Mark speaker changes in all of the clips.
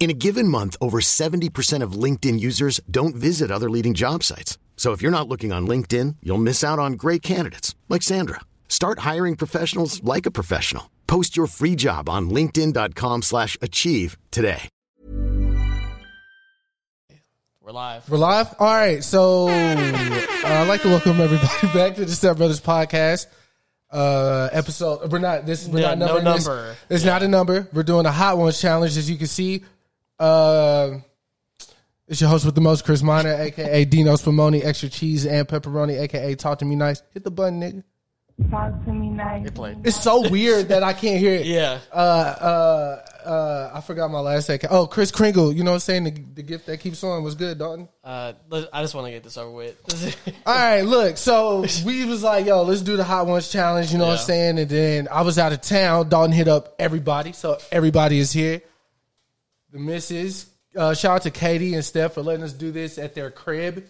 Speaker 1: In a given month, over 70% of LinkedIn users don't visit other leading job sites. So if you're not looking on LinkedIn, you'll miss out on great candidates like Sandra. Start hiring professionals like a professional. Post your free job on linkedin.com/achieve slash achieve today.
Speaker 2: We're live.
Speaker 3: We're live. All right. So uh, I'd like to welcome everybody back to the Step Brothers podcast. Uh, episode. We're not this. We're
Speaker 2: Yeah,
Speaker 3: not
Speaker 2: no
Speaker 3: numbering this.
Speaker 2: number.
Speaker 3: It's not a number. We're doing a hot ones challenge, as you can see. Uh, it's your host with the most, Chris Miner, aka Dino Spumoni, extra cheese and pepperoni, aka Talk to Me Nice. Hit the button, nigga.
Speaker 4: Talk to me nice.
Speaker 3: It's so weird that I can't hear it.
Speaker 2: Yeah.
Speaker 3: Uh, uh, uh, I forgot my last second. Oh, Chris Kringle. You know what I'm saying? The, the gift that keeps on was good, Dalton.
Speaker 2: Uh, let- I just want to get this over with.
Speaker 3: All right, look. So we was like, yo, let's do the hot ones challenge. You know what
Speaker 2: Yeah.
Speaker 3: I'm saying? And then I was out of town. Dalton hit up everybody, so everybody is here. The misses. Uh, shout out to Katie and Steph for letting us do this at their crib.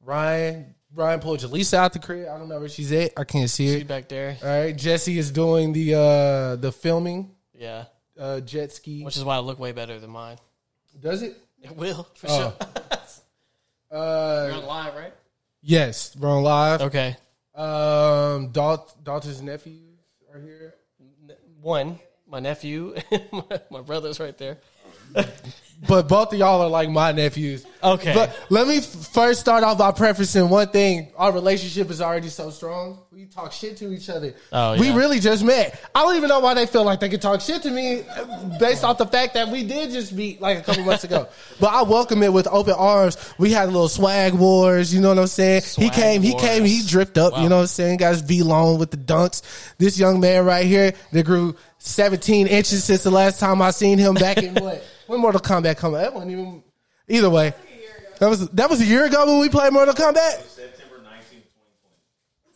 Speaker 3: Ryan, Ryan pulled Jaleesa out the crib. I don't know where she's at. I can't see
Speaker 2: Be
Speaker 3: her.
Speaker 2: back there.
Speaker 3: All right, Jesse is doing the uh the filming
Speaker 2: Yeah.
Speaker 3: uh jet ski.
Speaker 2: Which is why I look way better than mine.
Speaker 3: Does it?
Speaker 2: It will for sure.
Speaker 3: Uh,
Speaker 2: We're live, right?
Speaker 3: yes, we're on live.
Speaker 2: Okay.
Speaker 3: Um, Dal- Dalton's nephews are here.
Speaker 2: One, my nephew, my, my brother's right there.
Speaker 3: but both of y'all are like my nephews.
Speaker 2: Okay.
Speaker 3: But let me f- first start off by prefacing one thing. Our relationship is already so strong. We talk shit to each other.
Speaker 2: Oh,
Speaker 3: We
Speaker 2: yeah.
Speaker 3: really just met. I don't even know why they feel like they can talk shit to me uh, based off the fact that we did just meet like a couple months ago. But I welcome it with open arms. We had a little swag wars, you know what I'm saying? he
Speaker 2: Swag
Speaker 3: came, he came, he
Speaker 2: wars.
Speaker 3: dripped up, you know what I'm saying? Got his V long with the dunks. This young man right here that grew 17 inches since the last time I seen him back in what? When Mortal Kombat come out? That wasn't even either way. That was that was a year ago when we played Mortal Kombat.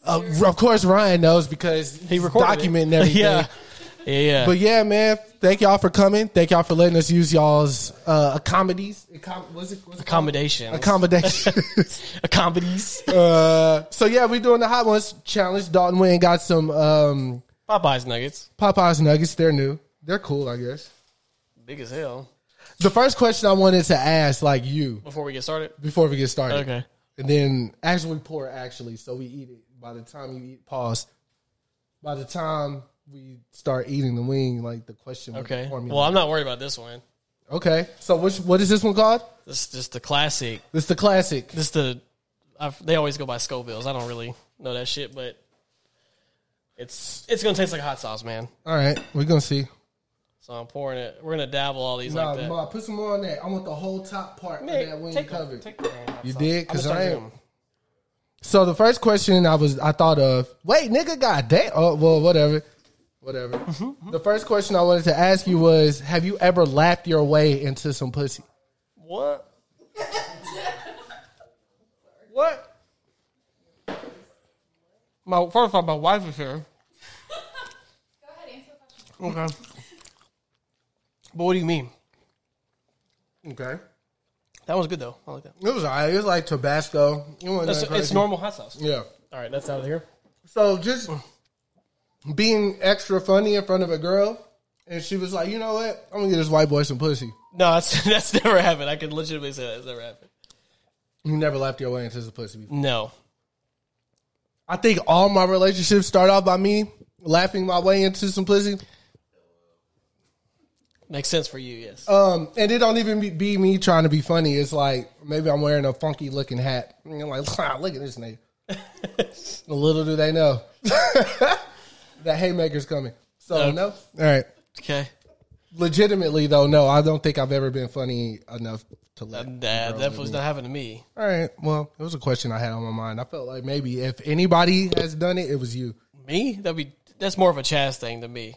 Speaker 3: Uh, of course, Ryan knows because he he's
Speaker 2: recorded it.
Speaker 3: documenting everything.
Speaker 2: Yeah. Yeah. yeah.
Speaker 3: But yeah, man, thank y'all for coming. Thank y'all for letting us use y'all's uh, accomodies. Accom- what's it, what's it called?
Speaker 2: accommodations.
Speaker 3: Accommodations.
Speaker 2: Accommodations.
Speaker 3: uh, so yeah, we doing the hot ones challenge. Dalton went and got some um,
Speaker 2: Popeye's nuggets.
Speaker 3: Popeyes nuggets. They're new. They're cool, I guess.
Speaker 2: Big as hell.
Speaker 3: The first question I wanted to ask, like you,
Speaker 2: Before we get started.
Speaker 3: before we get started,
Speaker 2: Okay.
Speaker 3: and then actually we pour actually, so we eat it. By the time you eat, pause. By the time we start eating the wing, like the question. with the
Speaker 2: Okay.
Speaker 3: formula.
Speaker 2: Well, I'm not worried about this one.
Speaker 3: Okay. So which what is this one called?
Speaker 2: This is just the classic.
Speaker 3: This the classic.
Speaker 2: This the. I've, they always go by Scovilles. I don't really know that shit, but it's it's gonna taste like hot sauce, man.
Speaker 3: All right, we're gonna see.
Speaker 2: So I'm pouring it. We're gonna dabble all these
Speaker 3: Nah,
Speaker 2: like that.
Speaker 3: Ma, put some more on that. I want the whole top part
Speaker 2: Man,
Speaker 3: of that wing
Speaker 2: take the-
Speaker 3: covered.
Speaker 2: take the damn hot
Speaker 3: you
Speaker 2: sauce.
Speaker 3: did
Speaker 2: I'm
Speaker 3: because
Speaker 2: gonna
Speaker 3: I
Speaker 2: start
Speaker 3: am. So the first question I was I thought of. Wait, nigga, goddamn. Oh, well, whatever, whatever. the first question I wanted to ask you was: Have you ever lapped your way into some pussy?
Speaker 2: What? what? My first of all, my wife is here. Go ahead, answer Okay. But what do you mean?
Speaker 3: Okay,
Speaker 2: That was good though. I like that.
Speaker 3: it was alright. It was like Tabasco. It wasn't
Speaker 2: That's,
Speaker 3: that
Speaker 2: it's
Speaker 3: crazy.
Speaker 2: normal hot sauce.
Speaker 3: Yeah.
Speaker 2: All right, that's out of here.
Speaker 3: So just being extra funny in front of a girl, and she was like, "You know what? I'm gonna get this white boy some pussy."
Speaker 2: No, that's that's never happened. I can legitimately say that's never happened.
Speaker 3: You never laughed your way into some pussy before.
Speaker 2: No.
Speaker 3: I think all my relationships start off by me laughing my way into some pussy,
Speaker 2: Makes sense for you, yes.
Speaker 3: um, and it don't even be, be me trying to be funny. It's like maybe I'm wearing a funky looking hat, and I'm like, "Wow, look at this nigga." Little do they know that haymaker's coming. So
Speaker 2: Okay.
Speaker 3: no, all right.
Speaker 2: okay.
Speaker 3: Legitimately though, no, I don't think I've ever been funny enough to laugh.
Speaker 2: That, that definitely not happening to me.
Speaker 3: All right. Well, it was a question I had on my mind. I felt like maybe if anybody has done it, it was you.
Speaker 2: Me? That'd be that's more of a Chaz thing than me.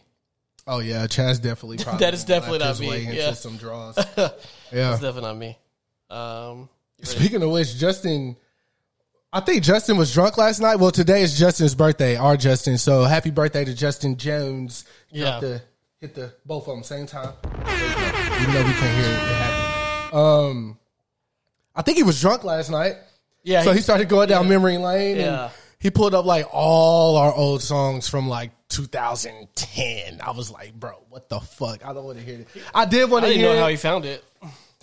Speaker 3: Oh yeah, Chaz definitely. Probably
Speaker 2: That is definitely
Speaker 3: lapped his
Speaker 2: not me,
Speaker 3: way into
Speaker 2: yeah.
Speaker 3: some draws. yeah.
Speaker 2: It's definitely not me. Um, you ready?
Speaker 3: Speaking of which, Justin, I think Justin was drunk last night. Well, today is Justin's birthday, our Justin. So happy birthday to Justin Jones.
Speaker 2: Yeah.
Speaker 3: Drop the- hit the both of them same time. Even though we can't hear it, it happened. Um, I think he was drunk last night.
Speaker 2: yeah.
Speaker 3: so
Speaker 2: he-
Speaker 3: he started going down memory lane.
Speaker 2: Yeah.
Speaker 3: And he pulled up like all our old songs from like 2010. I was like, bro, what the fuck? I don't want to hear it. I did want
Speaker 2: I
Speaker 3: to
Speaker 2: didn't
Speaker 3: hear.
Speaker 2: know how
Speaker 3: it.
Speaker 2: he found it.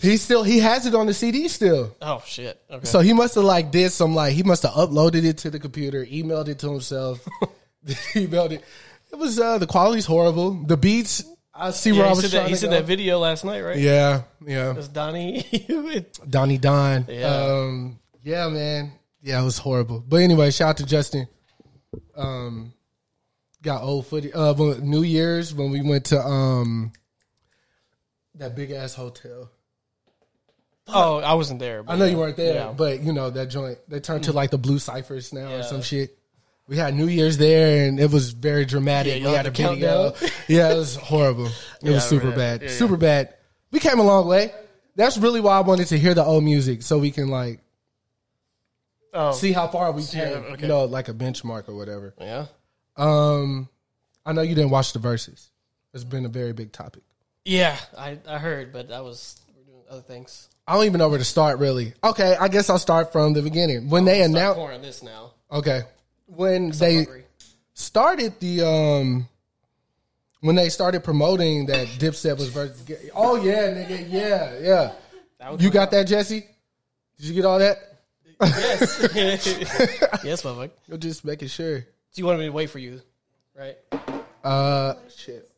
Speaker 3: he still he has it on the CD still.
Speaker 2: Oh shit. Okay.
Speaker 3: So he must have like did some like he must have uploaded it to the computer, emailed it to himself, emailed it. It was uh the quality's horrible. The beats I see
Speaker 2: yeah,
Speaker 3: where I
Speaker 2: he
Speaker 3: was
Speaker 2: said,
Speaker 3: trying
Speaker 2: that, he
Speaker 3: to
Speaker 2: said
Speaker 3: go.
Speaker 2: that video last night, right?
Speaker 3: Yeah, yeah.
Speaker 2: It's Donnie.
Speaker 3: Donnie Don.
Speaker 2: Yeah.
Speaker 3: Um yeah, man. Yeah, it was horrible. But anyway, shout out to Justin. Um got old footage uh when- New Year's when we went to um that big ass hotel.
Speaker 2: oh, I wasn't there. But
Speaker 3: I know you weren't there,
Speaker 2: Yeah.
Speaker 3: but you know that joint they turned to like the blue ciphers now or
Speaker 2: Yeah.
Speaker 3: some shit. We had New Year's there, and it was very
Speaker 2: Yeah,
Speaker 3: dramatic.
Speaker 2: y'all
Speaker 3: we
Speaker 2: had
Speaker 3: had a
Speaker 2: the
Speaker 3: video.
Speaker 2: countdown.
Speaker 3: yeah, it was horrible. It was super
Speaker 2: remember that.
Speaker 3: bad, super bad. We came a long way. That's really why I wanted to hear the old music so we can like
Speaker 2: Oh,
Speaker 3: see how far we came.
Speaker 2: okay.
Speaker 3: You know, like a benchmark or whatever.
Speaker 2: yeah.
Speaker 3: Um, I know you didn't watch the verses. It's been a very big topic.
Speaker 2: Yeah, I, I heard, but I was we were doing other things.
Speaker 3: I don't even know where to start really. Okay, I guess I'll start from the beginning when they
Speaker 2: Stop
Speaker 3: announced.
Speaker 2: pouring this now.
Speaker 3: Okay. When they
Speaker 2: hungry.
Speaker 3: started the um when they started promoting that Dipset was versus Oh yeah, nigga, yeah, yeah. You got that, Jesse? Did you get all that?
Speaker 2: Yes. yes, motherfucker.
Speaker 3: I'm just making sure.
Speaker 2: So you wanted me to wait for you, right?
Speaker 3: Uh shit.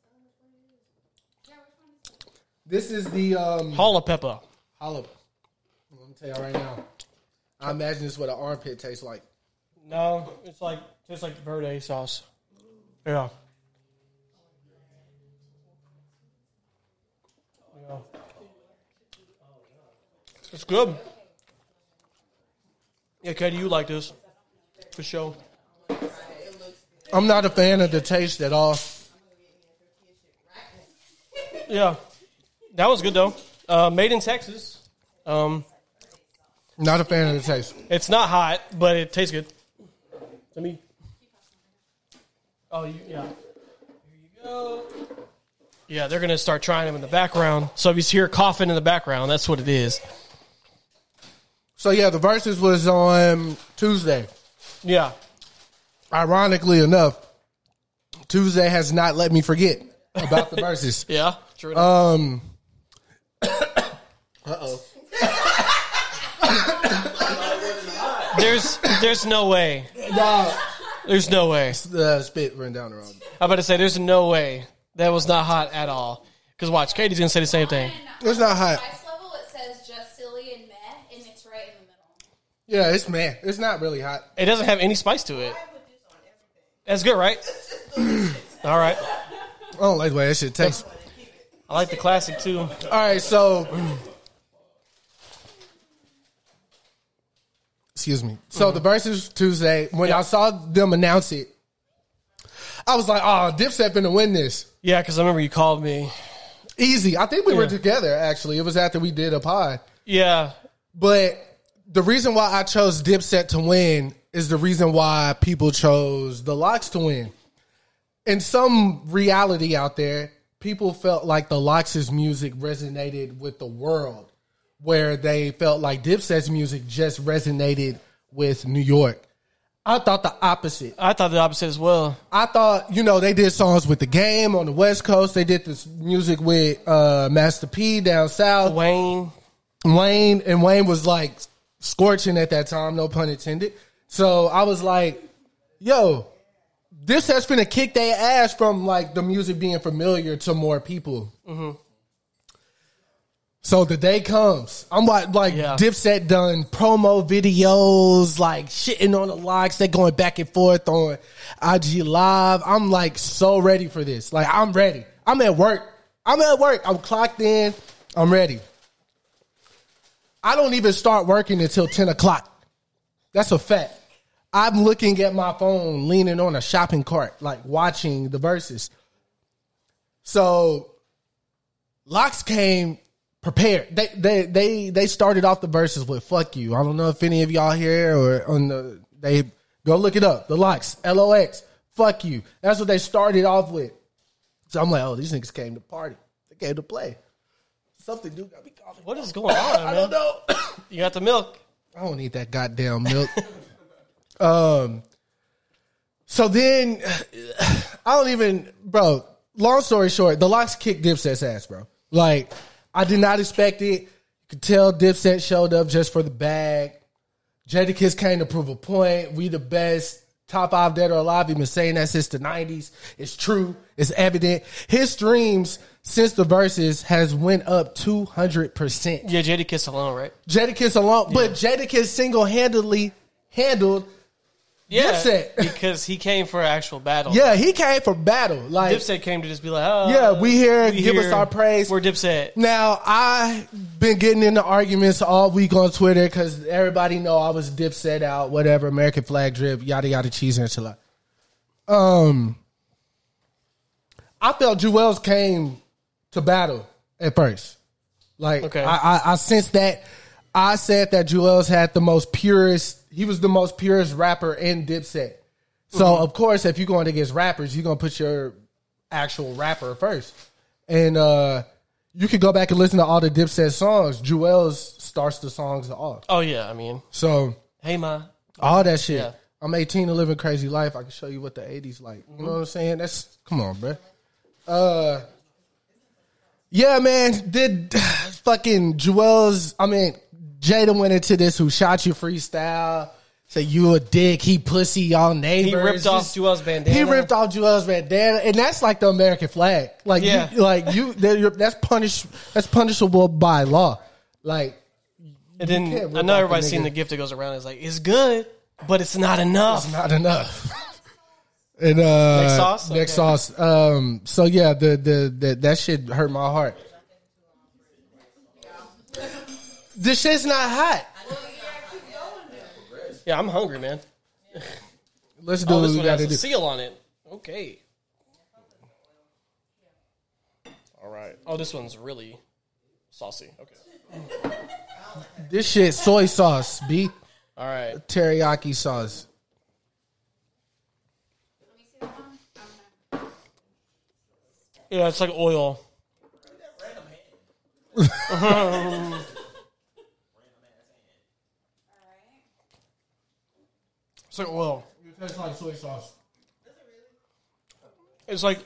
Speaker 3: This is the um
Speaker 2: Hall of Pepper.
Speaker 3: jalap. Let me tell y'all right now. I imagine this is what an armpit tastes like.
Speaker 2: No, it's like it's like verde sauce. Yeah. Yeah. It's good. Yeah, Katie, you like this for sure.
Speaker 3: I'm not a fan of the taste at all.
Speaker 2: Yeah, that was good though. Uh, made in Texas. Um,
Speaker 3: Not a fan of the taste.
Speaker 2: It's not hot, but it tastes good. To me. Oh, you, yeah. Here you go. Yeah, they're gonna start trying them in the background. So if you hear coughing in the background, that's what it is.
Speaker 3: So yeah, the verses was on Tuesday.
Speaker 2: Yeah.
Speaker 3: ironically enough, Tuesday has not let me forget about the verses.
Speaker 2: Yeah. True. enough.
Speaker 3: Um,
Speaker 2: there's there's no way.
Speaker 3: nah,
Speaker 2: There's no way.
Speaker 3: the spit ran down the road.
Speaker 2: I'm about to say there's no way that was not hot at all. Cause watch, Katie's gonna say the same thing.
Speaker 3: It's not hot.
Speaker 5: Spice level, it says just silly and meh, and it's right in the middle.
Speaker 3: Yeah, it's man. It's not really hot.
Speaker 2: It doesn't have any spice to it. That's good, right? all right.
Speaker 3: I don't like the way that shit tastes.
Speaker 2: I like the classic too.
Speaker 3: All right, so excuse me. So the verses Tuesday when I saw them announce it, I was like, "Oh, Dipset finna win this
Speaker 2: Yeah, because I remember you called me.
Speaker 3: easy." I think we were
Speaker 2: Yeah.
Speaker 3: together actually. It was after we did a pod.
Speaker 2: Yeah,
Speaker 3: But the reason why I chose Dipset to win is the reason why people chose the Locks to win. In some reality out there, people felt like the Locks' music resonated with the world, where they felt like Dipset's music just resonated with New York. I thought the opposite.
Speaker 2: I thought the opposite as well.
Speaker 3: I thought, you know, they did songs with the game on the West Coast. They did this music with uh, Master P down south.
Speaker 2: Wayne,
Speaker 3: Wayne and Wayne was like scorching at that time, no pun intended. So I was like, yo, this has been a kick their ass from like the music being familiar to more people. So the day comes. I'm like, like
Speaker 2: Yeah.
Speaker 3: Dipset done promo videos, like shitting on the locks. They going back and forth on IG Live. I'm like so ready for this. Like I'm ready. I'm at work. I'm at work. I'm clocked in. I'm ready. I don't even start working until 10 o'clock. That's a fact. I'm looking at my phone, leaning on a shopping cart, like watching the verses. So Locks came prepared. They they they they started off the verses with "fuck you." I don't know if any of y'all here or on the they go look it up. The Locks, L O X, "fuck you." That's what they started off with. So I'm like, oh, these niggas came to party. They came to play. Something dude got me coughing.
Speaker 2: What is going on, man?
Speaker 3: I don't know.
Speaker 2: You got the milk.
Speaker 3: I don't need that goddamn milk. um. So then, I don't even, bro. Long story short, the locks kicked Dipset's ass, bro. Like, I did not expect it. You could tell Dipset showed up just for the bag. Jadakiss came to prove a point. We the best. Top five dead or alive. He been saying that since the nineties. It's true. It's evident. His streams since the verses has went up two hundred percent.
Speaker 2: Yeah, JD Kiss alone, right?
Speaker 3: Jadakiss alone, but Jadakiss single handedly handled.
Speaker 2: Yeah,
Speaker 3: Dipset.
Speaker 2: because he came for an actual battle.
Speaker 3: Yeah, he came for battle. Like
Speaker 2: Oh, Dipset came to just be like, oh,
Speaker 3: Yeah, we here, give us our praise.
Speaker 2: We're Dipset.
Speaker 3: now, I've been getting into arguments all week on Twitter because everybody know I was dip set out, whatever, American flag drip, yada yada, cheese enchilada. Um, I felt Jewels came to battle at first. Like
Speaker 2: Okay.
Speaker 3: I, I, I sensed that I said that Jewels had the most purest. He was the most purest rapper in Dipset. So of course, if you're going against rappers, you're gonna put your actual rapper first. And uh you could go back and listen to all the Dipset songs. Jewels starts the songs off.
Speaker 2: Oh yeah, I mean,
Speaker 3: So
Speaker 2: hey ma,
Speaker 3: all that shit.
Speaker 2: Yeah.
Speaker 3: I'm 18 and living crazy life. I can show you what the 80s like. You know what I'm saying? That's come on, bruh. Uh, yeah, man. Did fucking Joel's? I mean, Jada went into this. Who shot you freestyle? Say you a dick. He pussy. Y'all neighbors.
Speaker 2: ripped off Joel's bandana.
Speaker 3: He ripped off Joel's bandana, and that's like the American flag. Like
Speaker 2: Yeah.
Speaker 3: you, like you. that- you're- That's punish. That's punishable by law. Like
Speaker 2: and
Speaker 3: can't rip
Speaker 2: then I
Speaker 3: off
Speaker 2: know
Speaker 3: the
Speaker 2: everybody's seen
Speaker 3: nigga.
Speaker 2: the gift that goes around. It's like it's good, but it's not enough.
Speaker 3: not enough. and uh
Speaker 2: Next sauce?
Speaker 3: Next
Speaker 2: Okay.
Speaker 3: sauce. Um so yeah, the the, the that shit hurt my heart. This shit's not hot.
Speaker 2: yeah, I'm hungry, man.
Speaker 3: Let's do
Speaker 2: Oh,
Speaker 3: what
Speaker 2: this
Speaker 3: we
Speaker 2: one has
Speaker 3: gotta
Speaker 2: a
Speaker 3: do.
Speaker 2: seal on it. Okay. All right. Oh, this one's really saucy. Okay.
Speaker 3: This shit soy sauce, B.
Speaker 2: All right.
Speaker 3: Teriyaki sauce.
Speaker 2: Yeah, it's like oil. it's like oil.
Speaker 3: It tastes like soy sauce.
Speaker 2: It's like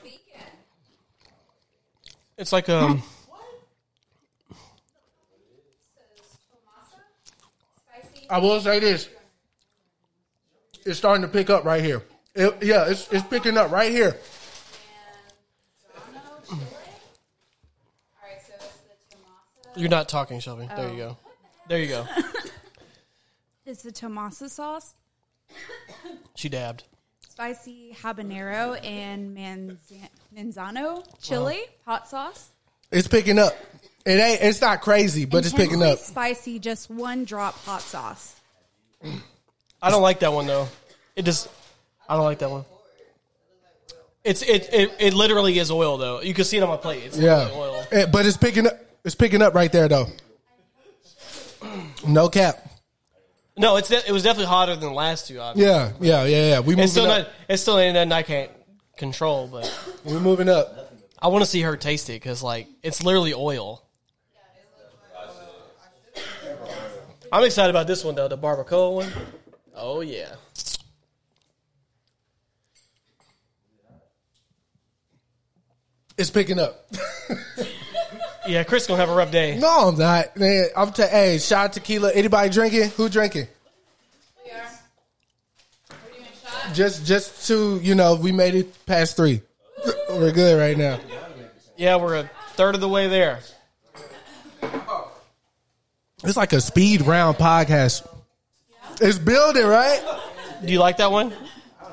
Speaker 2: it's like um
Speaker 3: I will say this. It's starting to pick up right here. It, yeah, it's it's picking up right here.
Speaker 2: you're not talking, Shelby. There you go. There you go.
Speaker 5: It's the Tomasa sauce,
Speaker 2: She dabbed.
Speaker 5: spicy habanero, and manza- manzano chili, hot sauce.
Speaker 3: It's picking up. It ain't it's not crazy, but it's picking
Speaker 5: Intensely
Speaker 3: up.
Speaker 5: Spicy, just one drop hot sauce.
Speaker 2: I don't like that one though. It just I don't like that one. It's it it, it literally is oil though. You can see it on my plate. It's
Speaker 3: Yeah,
Speaker 2: literally oil.
Speaker 3: Eh, but it's picking up. It's picking up right there though. No cap.
Speaker 2: No, it's de- it was definitely hotter than the last two. Obviously.
Speaker 3: Yeah, yeah, yeah, yeah. We moving
Speaker 2: It's still
Speaker 3: up.
Speaker 2: not. It's still ain't nothing I can't control, but
Speaker 3: We moving up.
Speaker 2: I want to see her taste it because like it's literally oil. I'm excited about this one though, the barbacoa one. Oh yeah,
Speaker 3: It's picking up.
Speaker 2: yeah. Chris gonna have a rough day.
Speaker 3: No, I'm not. Man, I'm ta- hey, shot tequila. Anybody drinking? Who drinking? Just, just two. You know, we made it past three. We're good right now.
Speaker 2: Yeah, we're a third of the way there.
Speaker 3: It's like a speed round podcast. It's building, right?
Speaker 2: Do you like that one?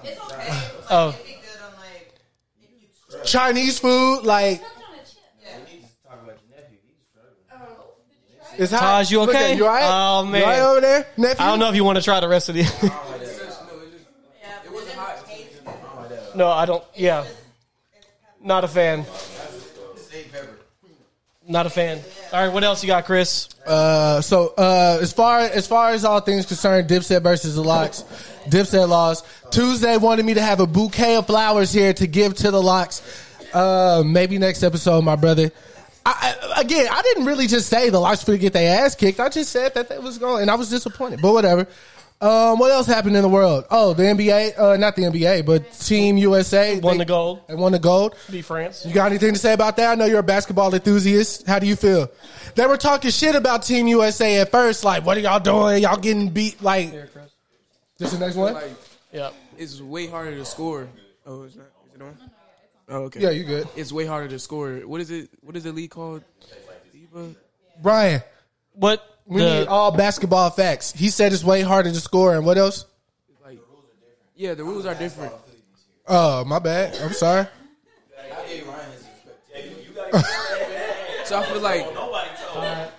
Speaker 6: It's okay. Like,
Speaker 2: Oh.
Speaker 6: It'd be good on like.
Speaker 3: Chinese food, like it's hot.
Speaker 2: Taj, you
Speaker 3: Look at-
Speaker 2: okay?
Speaker 3: You all right?
Speaker 2: Oh, man.
Speaker 3: you all right over there, nephew?
Speaker 2: I don't know if you want to try the rest of the.
Speaker 6: Yeah, it wasn't hot.
Speaker 2: no, I don't. Yeah, not a fan. Not a fan. All right, what else you got, Chris?
Speaker 3: Uh, so uh, as far as far as all things concerned, Dipset versus the Locks, Dipset lost. Tuesday wanted me to have a bouquet of flowers here to give to the Locks. Uh, maybe next episode, my brother. I, I, again, I didn't really just say the Locks to get their ass kicked. I just said that they was going, and I was disappointed. But whatever. Um, what else happened in the world? Oh, the NBA, uh, not the NBA, but Team USA
Speaker 2: Won
Speaker 3: they-
Speaker 2: the gold.
Speaker 3: They won the gold.
Speaker 2: Be France.
Speaker 3: You got anything to say about that? I know you're a basketball enthusiast. How do you feel? They were talking shit about Team USA at first. Like, what are y'all doing? Y'all getting beat? Like, this the next one?
Speaker 7: Like
Speaker 2: Yeah.
Speaker 7: it's way harder to score. Oh, it's not. Is it on? Oh, okay.
Speaker 3: Yeah, you good,
Speaker 7: It's way harder to score. What is it? What is the league called? FIBA?
Speaker 3: Brian?
Speaker 2: What?
Speaker 3: We
Speaker 2: the-
Speaker 3: need all basketball facts. He said it's way harder to score. And what else?
Speaker 7: Like, yeah, the rules are different.
Speaker 3: Oh, my bad. I'm sorry.
Speaker 7: So I feel like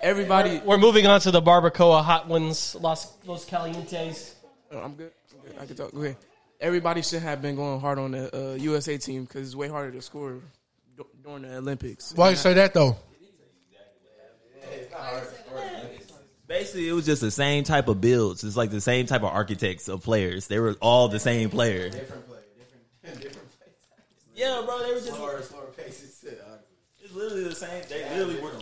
Speaker 7: everybody.
Speaker 2: we're moving on to the barbacoa hot ones, Los Los Calientes.
Speaker 7: Oh, I'm good. I'm good. I can talk. Okay. Everybody should have been going hard on the uh, USA team because it's way harder to score d- during the Olympics.
Speaker 3: Why you say that though?
Speaker 8: Basically, it was just the same type of builds. It's like the same type of architects of players. They were all the same player. Different player, different, different player. Yeah, bro, they were just slower, slower paces. It's literally the same. They literally were.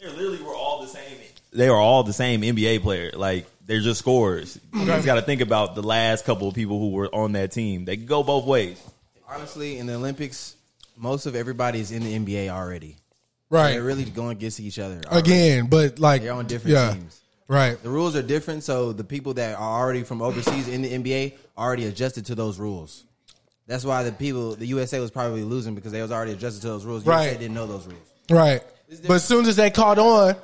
Speaker 8: They literally were all the same. They are all the same NBA player. Like they're just scorers. You just got to think about the last couple of people who were on that team. They could go both ways.
Speaker 9: Honestly, in the Olympics, most of everybody is in the NBA already.
Speaker 3: Right
Speaker 9: They're really going against each other already.
Speaker 3: again, but like
Speaker 9: They're on different
Speaker 3: yeah,
Speaker 9: teams.
Speaker 3: Right.
Speaker 9: The rules are different, so the people that are already from overseas in the NBA already adjusted to those rules. That's why the people, the USA was probably losing because they was already adjusted to those rules. USA
Speaker 3: Right.
Speaker 9: didn't know those rules.
Speaker 3: Right. But as soon as they caught on,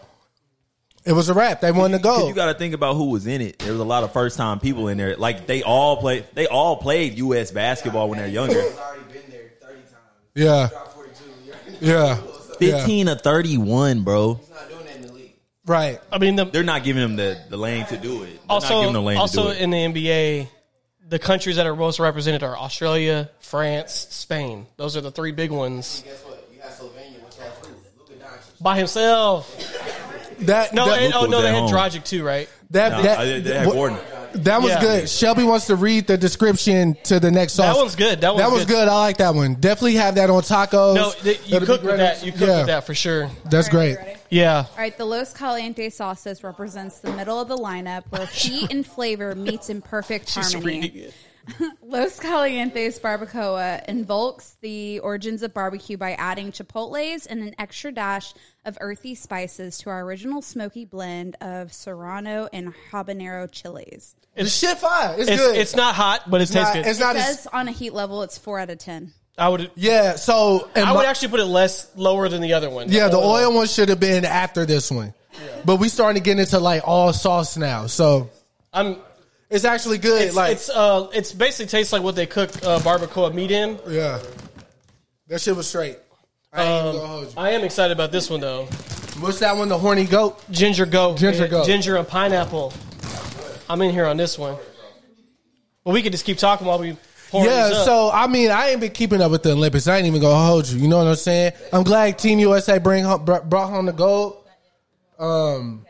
Speaker 3: it was a wrap. They won the
Speaker 8: Because
Speaker 3: gold.
Speaker 8: you got to think about who was in it. There was a lot of first time people in there. Like they all played. They all played U.S. basketball when they're younger.
Speaker 9: already been there thirty times.
Speaker 3: yeah. Yeah. Yeah.
Speaker 8: Fifteen or thirty one, bro.
Speaker 9: Not doing that in the league.
Speaker 3: Right.
Speaker 2: I mean, the,
Speaker 8: They're not giving them the, the lane to do it. They're not
Speaker 2: also
Speaker 8: giving them lane to
Speaker 2: also
Speaker 8: do it.
Speaker 2: in the NBA, the countries that are most represented are Australia, France, Spain. Those are the three big ones.
Speaker 9: Guess what? You got Slovenia, which has Luka Doncic.
Speaker 2: By himself.
Speaker 3: That
Speaker 2: No,
Speaker 3: that,
Speaker 2: and- oh
Speaker 8: Luka
Speaker 2: no,
Speaker 8: was
Speaker 2: they
Speaker 8: at
Speaker 2: had
Speaker 8: home.
Speaker 2: Dragic too, right?
Speaker 3: that,
Speaker 8: No,
Speaker 3: that,
Speaker 8: I- they had
Speaker 3: what-
Speaker 8: Gordon.
Speaker 3: That was
Speaker 2: Yeah.
Speaker 3: good. Shelby wants to read the description to the next sauce.
Speaker 2: That one's good. That one's
Speaker 3: was
Speaker 2: good.
Speaker 3: good. I like that one. Definitely have that on tacos.
Speaker 2: No, th- you
Speaker 3: That'll be
Speaker 2: cook
Speaker 3: great
Speaker 2: with that.
Speaker 3: on-
Speaker 2: You cook
Speaker 3: yeah,
Speaker 2: with that for sure.
Speaker 3: That's great.
Speaker 5: Ready?
Speaker 2: Yeah.
Speaker 5: All right, the Los Calientes sauces represents the middle of the lineup where heat and flavor meets in perfect
Speaker 2: She's reading
Speaker 5: harmony.
Speaker 2: it.
Speaker 5: Los Calientes Barbacoa invokes the origins of barbecue by adding chipotles and an extra dash of earthy spices to our original smoky blend of serrano and habanero chilies.
Speaker 3: The shit fire. It's,
Speaker 2: It's,
Speaker 3: good.
Speaker 2: it's not hot, but it tastes
Speaker 3: not,
Speaker 2: good.
Speaker 3: it's not
Speaker 5: it
Speaker 3: as
Speaker 5: says on a heat level, it's four out of ten.
Speaker 2: I would
Speaker 3: yeah. So and
Speaker 2: I
Speaker 3: my-
Speaker 2: would actually put it less lower than the other one.
Speaker 3: yeah, the oil one should have been after this one, but we starting to get into like all sauce now. So
Speaker 2: I'm
Speaker 3: it's actually good.
Speaker 2: it's,
Speaker 3: like
Speaker 2: it's uh it's basically tastes like what they cook uh, barbacoa meat in.
Speaker 3: yeah, that shit was straight. I ain't even gonna hold you.
Speaker 2: I am excited about this one though.
Speaker 3: What's that one? The horny goat.
Speaker 2: Ginger goat.
Speaker 3: Ginger
Speaker 2: Uh,
Speaker 3: goat.
Speaker 2: Ginger and pineapple. I'm in here on this one. But we could just keep talking while we pour
Speaker 3: Yeah,
Speaker 2: these up.
Speaker 3: so I mean, I ain't been keeping up with the Olympics. I ain't even gonna hold you. You know what I'm saying? I'm glad Team USA bring home, br- brought home the gold. Um.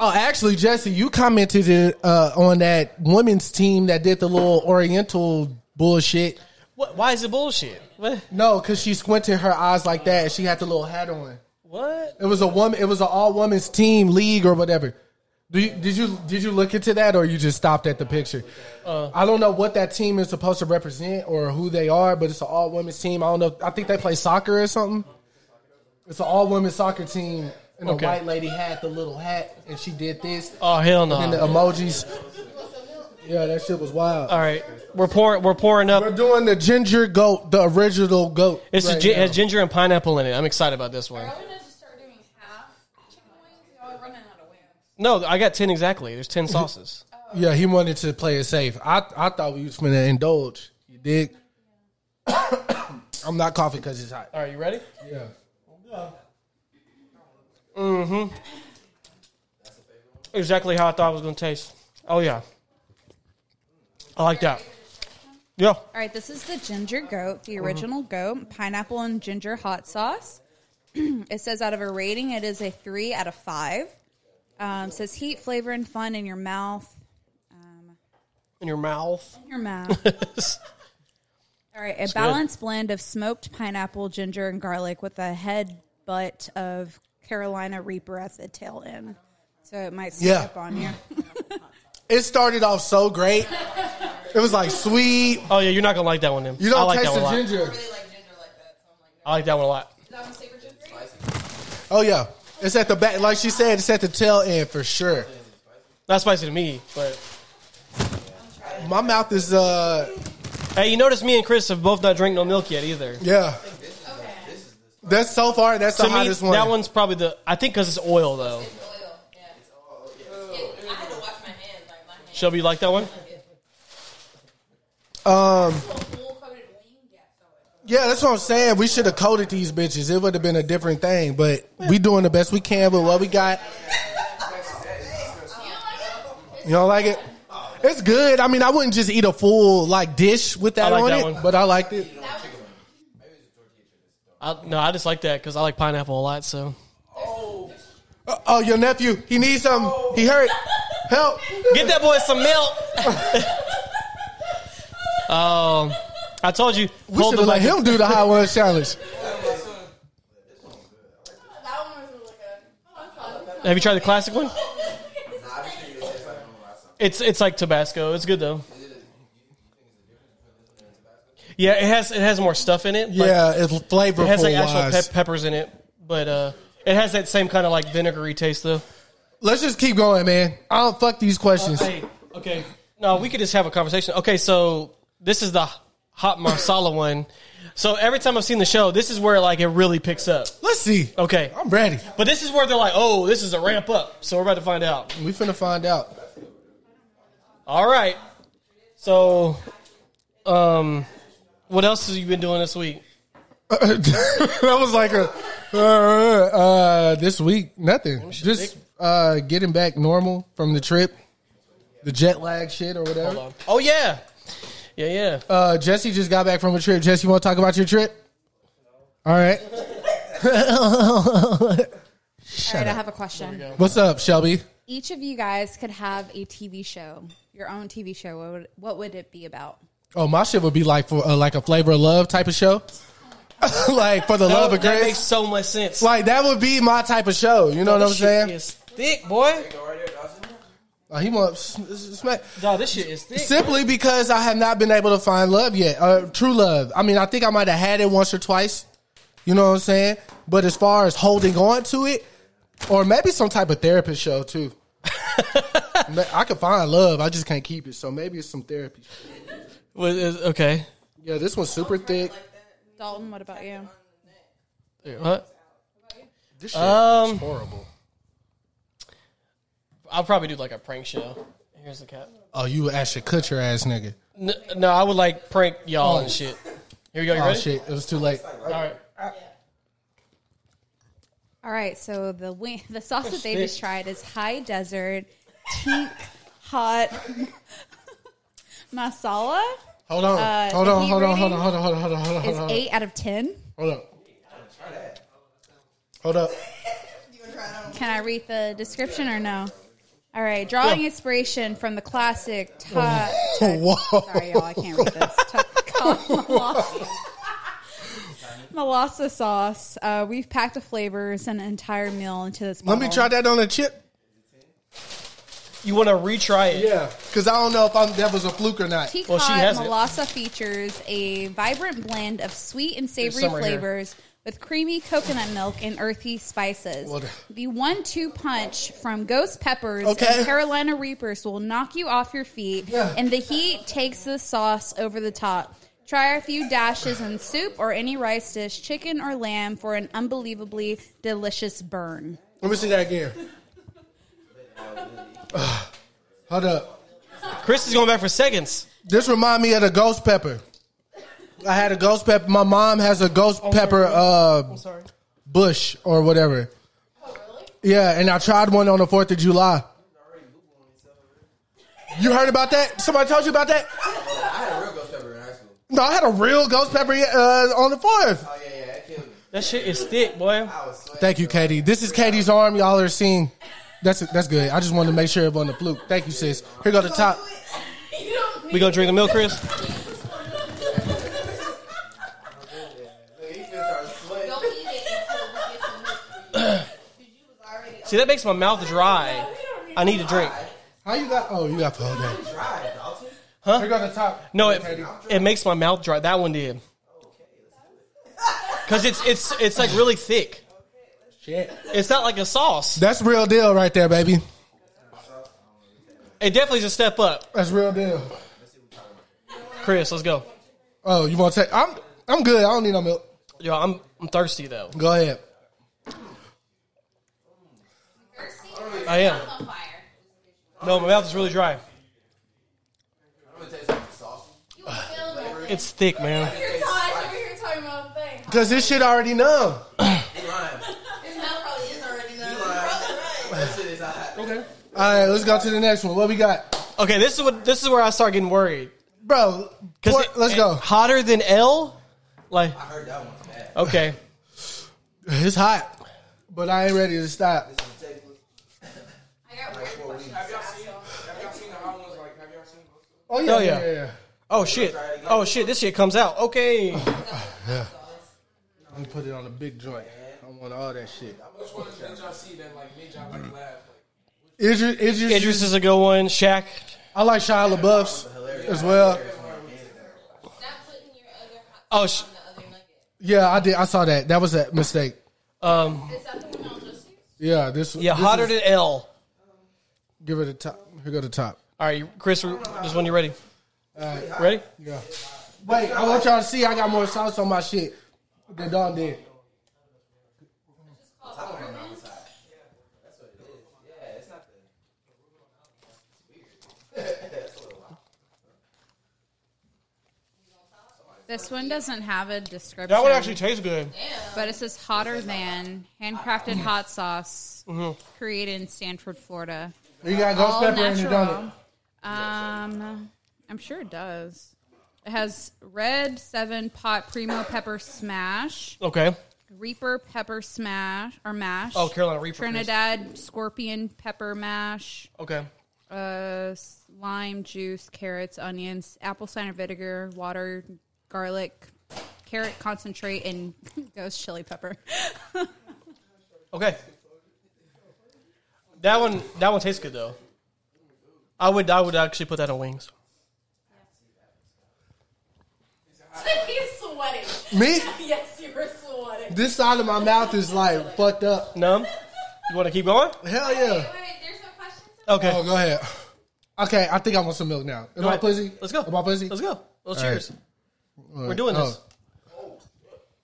Speaker 3: Oh, actually, Jesse, you commented uh, on that women's team that did the little Oriental bullshit.
Speaker 2: What, why is it bullshit? What?
Speaker 3: No, because she squinted her eyes like that, and she had the little hat on.
Speaker 2: what?
Speaker 3: It was a woman. It was an all women's team league or whatever. Do you, did you did you look into that or you just stopped at the picture?
Speaker 2: Uh.
Speaker 3: I don't know what that team is supposed to represent or who they are, but it's an all women's team. I don't know. I think they play soccer or something. It's an all women's soccer team, and
Speaker 2: Okay.
Speaker 3: the white lady had the little hat, and she did this,
Speaker 2: Oh hell no!
Speaker 3: and the emojis. Yeah, that shit was wild.
Speaker 2: All right, we're pouring. We're pouring
Speaker 3: We're
Speaker 2: up.
Speaker 3: doing the ginger goat, the original goat.
Speaker 2: It's
Speaker 3: right
Speaker 2: a gi-
Speaker 3: now.
Speaker 2: has ginger and pineapple in it. I'm excited about this one.
Speaker 5: Are we gonna just start doing half chicken wings? Y'all are running out of wings.
Speaker 2: No, I got ten exactly. There's ten sauces.
Speaker 3: Yeah, he wanted to play it safe. I I thought we was gonna indulge. You dig? I'm not coughing because it's hot.
Speaker 2: All right, you ready?
Speaker 3: Yeah.
Speaker 2: Exactly how I thought it was gonna taste. Oh yeah, I like that. Yeah,
Speaker 5: All right, this is the ginger goat, the original goat, pineapple and ginger hot sauce. it says out of a rating, it is a three out of five. Um, says heat, flavor, and fun in your mouth.
Speaker 2: in your mouth.
Speaker 5: In your mouth. All right, a
Speaker 2: It's good.
Speaker 5: balanced blend of smoked pineapple, ginger, and garlic with a head butt of Carolina Reaper at the tail end. So it might stick
Speaker 3: Yeah.
Speaker 5: up on you.
Speaker 3: It started off so great. It was like sweet.
Speaker 2: Oh yeah, you're not gonna like that one. Then
Speaker 3: You don't
Speaker 2: I like
Speaker 3: taste
Speaker 2: that
Speaker 3: the
Speaker 2: one a lot.
Speaker 3: ginger.
Speaker 2: I like that one a lot.
Speaker 3: Oh yeah, it's at the back. Like she said, it's at the tail end for sure.
Speaker 2: Not spicy to me, but
Speaker 3: my mouth is. uh
Speaker 2: Hey, you notice me and Chris have both not drank no milk yet either.
Speaker 3: Yeah. That's so far. That's
Speaker 2: to
Speaker 3: the
Speaker 2: me,
Speaker 3: hottest one.
Speaker 2: That one's probably the. I think because it's oil though. Shelby, you like that one?
Speaker 3: Um. Yeah, that's what I'm saying. We should have coated these bitches. It would have been a different thing, but we doing the best we can with what we got. You don't like it? It's good. I mean, I wouldn't just eat a full like dish with that
Speaker 2: I like
Speaker 3: on
Speaker 2: that
Speaker 3: it,
Speaker 2: one.
Speaker 3: but I liked it.
Speaker 2: I, no, I just like that because I like pineapple a lot. So
Speaker 3: Uh, oh, your nephew, he needs some. He hurt. Help!
Speaker 2: Get that boy some milk. Um, I told you.
Speaker 3: We should have let him do the high one challenge.
Speaker 2: Have you tried the classic one? It's it's like Tabasco. It's good though. Yeah, it has it has more stuff in it. like-
Speaker 3: Yeah, it's flavorful.
Speaker 2: It has like actual
Speaker 3: wise.
Speaker 2: pep- peppers in it, but uh, it has that same kind of like vinegary taste though.
Speaker 3: Let's just keep going, man. I don't fuck these questions.
Speaker 2: Hey, okay, no, we could just have a conversation. Okay, so this is the hot marsala one. So every time I've seen the show, this is where like it really picks up.
Speaker 3: Let's see.
Speaker 2: Okay,
Speaker 3: I'm ready.
Speaker 2: but this is where they're like, oh, this is a ramp up. So we're about to find out.
Speaker 3: We finna find out.
Speaker 2: All right. So, um, what else have you been doing this week?
Speaker 3: that was like a uh, uh, this week nothing. Just uh, getting back normal from the trip, the jet lag shit or whatever.
Speaker 2: Oh yeah, yeah, yeah.
Speaker 3: Uh, Jesse just got back from a trip. Jesse, you want to talk about your trip? All right.
Speaker 5: All right, I have a question.
Speaker 3: What's up, Shelby?
Speaker 5: Each of you guys could have a TV show, your own TV show. What would, what would it be about?
Speaker 3: Oh, my shit would be like for uh, like a flavor of love type of show, like for the
Speaker 2: That-
Speaker 3: love of
Speaker 2: that
Speaker 3: grace.
Speaker 2: makes so much sense.
Speaker 3: like that would be my type of show. You know what I'm
Speaker 2: This
Speaker 3: saying?
Speaker 2: shit is thick, boy.
Speaker 3: Uh, he wants smack.
Speaker 2: Nah, this shit is thick.
Speaker 3: Simply because I have not been able to find love yet, uh, true love. I mean, I think I might have had it once or twice. You know what I'm saying? But as far as holding on to it, or maybe some type of therapist show too. Ma- I could find love, I just can't keep it. So maybe it's some therapy.
Speaker 2: What is- okay.
Speaker 3: Yeah, this one's super thick.
Speaker 5: Dalton, what about you?
Speaker 2: What?
Speaker 3: This shit
Speaker 2: Um,
Speaker 3: is horrible.
Speaker 2: I'll probably do like a prank show. Here's the cat.
Speaker 3: Oh, you actually cut your ass, nigga.
Speaker 2: No, no I would like prank y'all
Speaker 3: Oh.
Speaker 2: and shit. Here we go. You
Speaker 3: Oh
Speaker 2: ready?
Speaker 3: shit, it was too late.
Speaker 2: All right.
Speaker 5: All right, so the wing, the sauce that they just tried is high desert, teak, hot masala.
Speaker 3: Hold on,
Speaker 5: Uh,
Speaker 3: hold
Speaker 5: the
Speaker 3: on,
Speaker 5: heat
Speaker 3: hold on, hold on, hold on,
Speaker 5: rating
Speaker 3: hold on, hold on, hold on, hold
Speaker 5: Is
Speaker 2: Uh-huh.
Speaker 3: on.
Speaker 5: eight out of ten.
Speaker 3: Hold up. Hold up.
Speaker 5: Can I read the description or no? All right, drawing inspiration from the classic. Ta-
Speaker 3: Whoa.
Speaker 5: Sorry, y'all, I can't read this. Taka Melassa sauce. Uh, we've packed the flavors and an entire meal into this.
Speaker 3: Let me
Speaker 5: Bottle.
Speaker 3: try that on a chip.
Speaker 2: You want to retry it?
Speaker 3: Yeah, because I don't know if I'm that was a fluke or not.
Speaker 5: Teak
Speaker 2: Well, she
Speaker 5: Hot
Speaker 2: has it.
Speaker 5: Melassa features a vibrant blend of sweet and savory
Speaker 2: some right here.
Speaker 5: flavors with creamy coconut milk and earthy spices.
Speaker 3: What-
Speaker 5: The one two punch from Ghost Peppers
Speaker 3: Okay.
Speaker 5: and Carolina Reapers will knock you off your feet,
Speaker 3: Yeah.
Speaker 5: and the heat takes the sauce over the top. Try a few dashes in soup or any rice dish, chicken or lamb, for an unbelievably delicious burn.
Speaker 3: Let me see that again. Ugh. Ah, hold up.
Speaker 2: Chris is going back for seconds.
Speaker 3: This remind me of the ghost pepper. I had a ghost pepper. My mom has a ghost pepper uh,
Speaker 2: sorry.
Speaker 3: bush or whatever. Oh, Yeah, and I tried one on the Fourth of July. You heard about that? Somebody told you about that?
Speaker 9: I had a real ghost pepper in high school.
Speaker 3: No, I had a real ghost pepper uh, on the fourth.
Speaker 9: Oh yeah, yeah, that killed me.
Speaker 2: That shit is thick, boy.
Speaker 3: Thank you, Katie. This is Katie's arm. Y'all are seeing. That's that's good. I just wanted to make sure it wasn't a fluke. Thank you, sis. Here go the top.
Speaker 2: We gonna drink a milk, Chris. See, that makes my mouth dry. I need a drink.
Speaker 3: How you got? Oh, you got for okay.
Speaker 2: Huh?
Speaker 3: Here go the top.
Speaker 2: No, it it makes my mouth dry. That one did. Cause it's it's it's like really thick.
Speaker 3: Shit.
Speaker 2: It's not like a sauce.
Speaker 3: That's real deal right there, baby.
Speaker 2: It definitely is a step up.
Speaker 3: That's real deal.
Speaker 2: Chris, let's go.
Speaker 3: Oh, you want to take? I'm I'm good. I don't need no milk.
Speaker 2: Yo, I'm I'm thirsty though.
Speaker 3: Go ahead.
Speaker 2: I am. No, my mouth is really dry. It's thick, man.
Speaker 3: Cause this shit already numb.
Speaker 2: Okay.
Speaker 3: All right, let's go to the next one. What we got,
Speaker 2: Okay, this is what this is where I start getting worried.
Speaker 3: bro?
Speaker 2: Cause
Speaker 3: What-
Speaker 2: it-
Speaker 3: let's
Speaker 2: it-
Speaker 3: go.
Speaker 2: Hotter than L? Like I heard that one. Okay.
Speaker 3: It's hot, but I ain't ready to stop. Oh yeah,
Speaker 2: Oh,
Speaker 3: yeah,
Speaker 2: yeah.
Speaker 3: yeah. yeah.
Speaker 2: Oh shit. Oh shit, this shit comes out. Okay.
Speaker 3: Let me put it on a big joint. I want all that shit.
Speaker 7: Which ones did y'all see that like made y'all like laugh?
Speaker 3: Idris, Idris,
Speaker 2: Idris is a good one. Shaq.
Speaker 3: I like Shia LaBeouf's as well.
Speaker 2: Oh sh-
Speaker 3: Yeah, I did. I saw that. That was a mistake.
Speaker 2: um
Speaker 3: Yeah, this.
Speaker 2: yeah,
Speaker 3: this
Speaker 2: hotter
Speaker 3: is-
Speaker 2: than L.
Speaker 3: Give her the top. Here go the top.
Speaker 2: All right, Chris, just when you're ready. Ready?
Speaker 3: Yeah. Wait, I want y'all to see. I got more sauce on my shit than Don did.
Speaker 5: This one doesn't have a description.
Speaker 2: That one actually tastes good.
Speaker 5: But it says hotter than handcrafted
Speaker 2: Mm-hmm.
Speaker 5: hot sauce created in Stanford, Florida.
Speaker 3: You got ghost
Speaker 5: All
Speaker 3: pepper in it, don't it?
Speaker 5: Um, I'm sure it does. It has red seven pot primo pepper smash,
Speaker 2: Okay.
Speaker 5: reaper pepper smash or mash.
Speaker 2: Oh, Carolina Reaper, yes.
Speaker 5: Trinidad scorpion pepper mash,
Speaker 2: Okay.
Speaker 5: uh, s- lime juice, carrots, onions, apple cider vinegar, water, garlic, carrot concentrate, and ghost chili pepper.
Speaker 2: Okay. That one that one tastes good though. I would I would actually put that on wings.
Speaker 10: He's sweating.
Speaker 3: Me?
Speaker 10: Yes, you were sweating.
Speaker 3: This side of my mouth is like fucked up.
Speaker 2: Numb? You wanna keep going?
Speaker 3: Hell yeah.
Speaker 2: Okay.
Speaker 3: Oh, go ahead. Okay, I think I want some milk now. Am
Speaker 2: Go
Speaker 3: I
Speaker 2: ahead.
Speaker 3: pussy?
Speaker 2: Let's go.
Speaker 3: Am I pussy?
Speaker 2: Let's go. Let's
Speaker 3: All
Speaker 2: cheers.
Speaker 3: All
Speaker 2: We're
Speaker 3: right.
Speaker 2: doing
Speaker 3: Oh.
Speaker 2: this.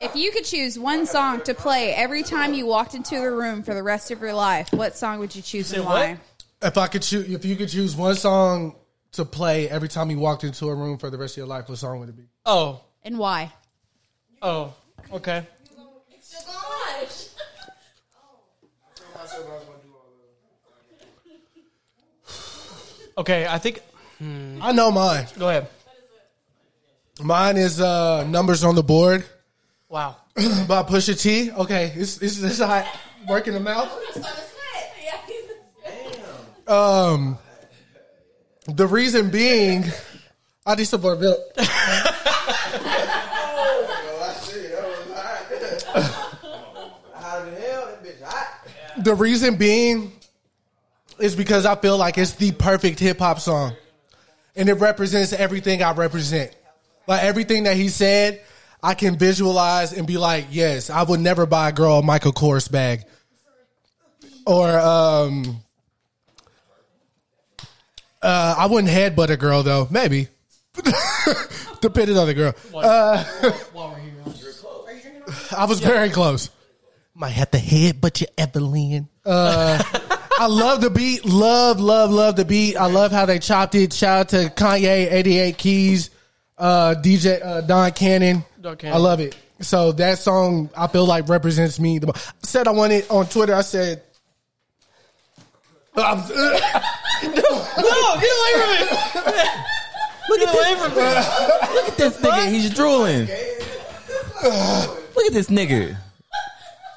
Speaker 5: If you could choose one song to play every time you walked into a room for the rest of your life, what song would you choose
Speaker 2: said
Speaker 5: and why?
Speaker 2: what?
Speaker 3: If I could choose, if you could choose one song to play every time you walked into a room for the rest of your life, what song would it be?
Speaker 2: Oh.
Speaker 5: And why?
Speaker 2: Oh. Okay. Okay, I think
Speaker 3: I know mine.
Speaker 2: go ahead.
Speaker 3: Mine is uh, "Numbers on the Board"
Speaker 2: Wow.
Speaker 3: by Pusha T. Okay, it's it's, it's hot. Working the mouth. Um, the reason being, I need some more milk. The reason being is because I feel like it's the perfect hip hop song, and it represents everything I represent. Like everything that he said, I can visualize and be like, yes, I would never buy a girl a Michael Kors bag, or um, uh, I wouldn't headbutt a girl though, maybe. Depending on the girl, Uh,
Speaker 2: While we're here.
Speaker 3: I was very close. Might have to headbutt you, Evelyn. Uh, I love the beat. Love, love, love the beat. I love how they chopped it. Shout out to Kanye, 88 Keys, uh, DJ uh, Don Cannon.
Speaker 2: Don Cannon.
Speaker 3: I love it. So that song, I feel like represents me. The mo- I said I want it on Twitter. I said, I'm,
Speaker 2: No, get away from me. Look at away from me.
Speaker 8: Look at this nigga. He's drooling. Look at this nigga.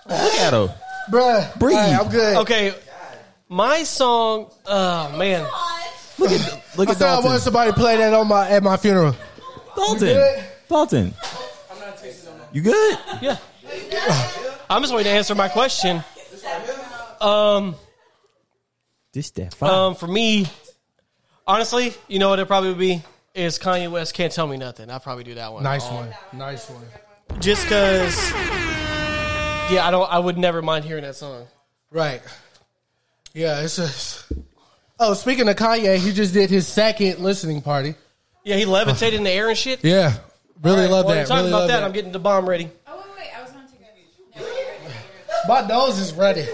Speaker 8: Look at him.
Speaker 3: Bruh.
Speaker 8: Breathe.
Speaker 3: I'm good.
Speaker 2: Okay. My song. Oh man.
Speaker 8: Look at look
Speaker 3: I
Speaker 8: at
Speaker 3: said I wanted
Speaker 8: Dalton.
Speaker 3: somebody to play that on my at my funeral.
Speaker 8: Dalton. Dalton. You good?
Speaker 2: Yeah. I'm just waiting to answer my question. Um.
Speaker 8: This that
Speaker 2: Um. For me, honestly, you know what it probably would be is Kanye West can't tell me nothing. I probably do that one.
Speaker 3: Nice
Speaker 2: Um,
Speaker 3: one. Nice one.
Speaker 2: Just because. Yeah, I don't. I would never mind hearing that song.
Speaker 3: Right. Yeah, it's just. Oh, speaking of Kanye, he just did his second listening party.
Speaker 2: Yeah, he levitated in the air and shit.
Speaker 3: Yeah. Really love
Speaker 2: While
Speaker 3: that.
Speaker 2: you're talking
Speaker 3: Really
Speaker 2: about
Speaker 3: love
Speaker 2: that,
Speaker 3: that.
Speaker 2: I'm getting the bomb ready.
Speaker 3: My nose is running.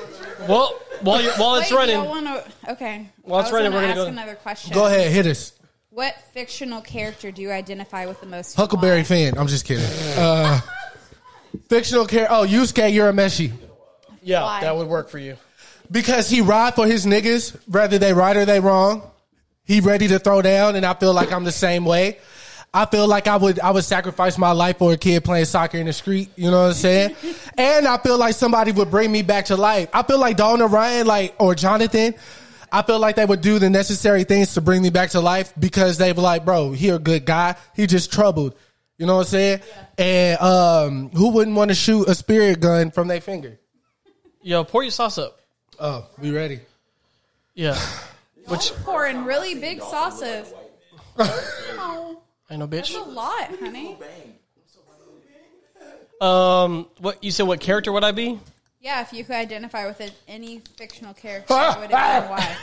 Speaker 2: Well, while you're, while Oh, it's
Speaker 5: Wait,
Speaker 2: running,
Speaker 5: y'all wanna- okay.
Speaker 2: While it's
Speaker 5: I was
Speaker 2: running, we're
Speaker 5: gonna
Speaker 2: gonna
Speaker 5: ask
Speaker 2: go-
Speaker 5: another question.
Speaker 3: Go ahead, hit us.
Speaker 5: What fictional character do you identify with the most?
Speaker 3: Huckleberry fan. I'm just kidding. Uh, fictional character. Oh, Yusuke Urameshi.
Speaker 2: yeah,
Speaker 5: Why?
Speaker 2: that would work for you.
Speaker 3: Because he ride for his niggas, whether they right or they wrong. He ready to throw down, and I feel like I'm the same way. I feel like I would I would sacrifice my life for a kid playing soccer in the street. You know what I'm saying? and I feel like somebody would bring me back to life. I feel like Donna Ryan, like or Jonathan. I feel like they would do the necessary things to bring me back to life because they were like, bro, he a good guy. He just troubled. You know what I'm saying? And um, who wouldn't want to shoot a spirit gun from their finger?
Speaker 2: Yo, pour your sauce up.
Speaker 3: Oh, we ready.
Speaker 2: Yeah,
Speaker 5: Which pouring really big sauces? Oh,
Speaker 2: I know,
Speaker 5: that's
Speaker 2: bitch.
Speaker 5: a lot, honey.
Speaker 2: Um, what you said? What character would I be?
Speaker 5: Yeah, if you could identify with it- any fictional character, what would it be and why?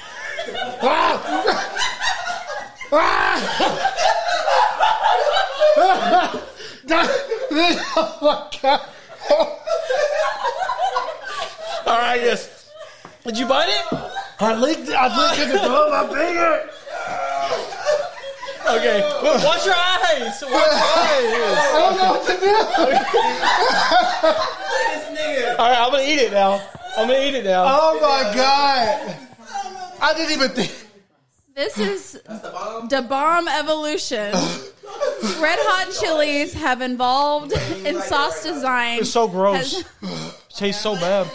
Speaker 3: oh my god.
Speaker 2: All right, yes. Did you bite it?
Speaker 3: I licked I licked it below my finger.
Speaker 2: Okay. Watch your eyes. Watch your eyes.
Speaker 3: I don't know what to do.
Speaker 2: All right, I'm gonna eat it now. I'm gonna eat it now.
Speaker 3: Oh my god. I didn't even think
Speaker 5: This is the bomb evolution. Red Hot Chilies have evolved in sauce design.
Speaker 2: it's so gross.
Speaker 5: Has,
Speaker 2: tastes so bad.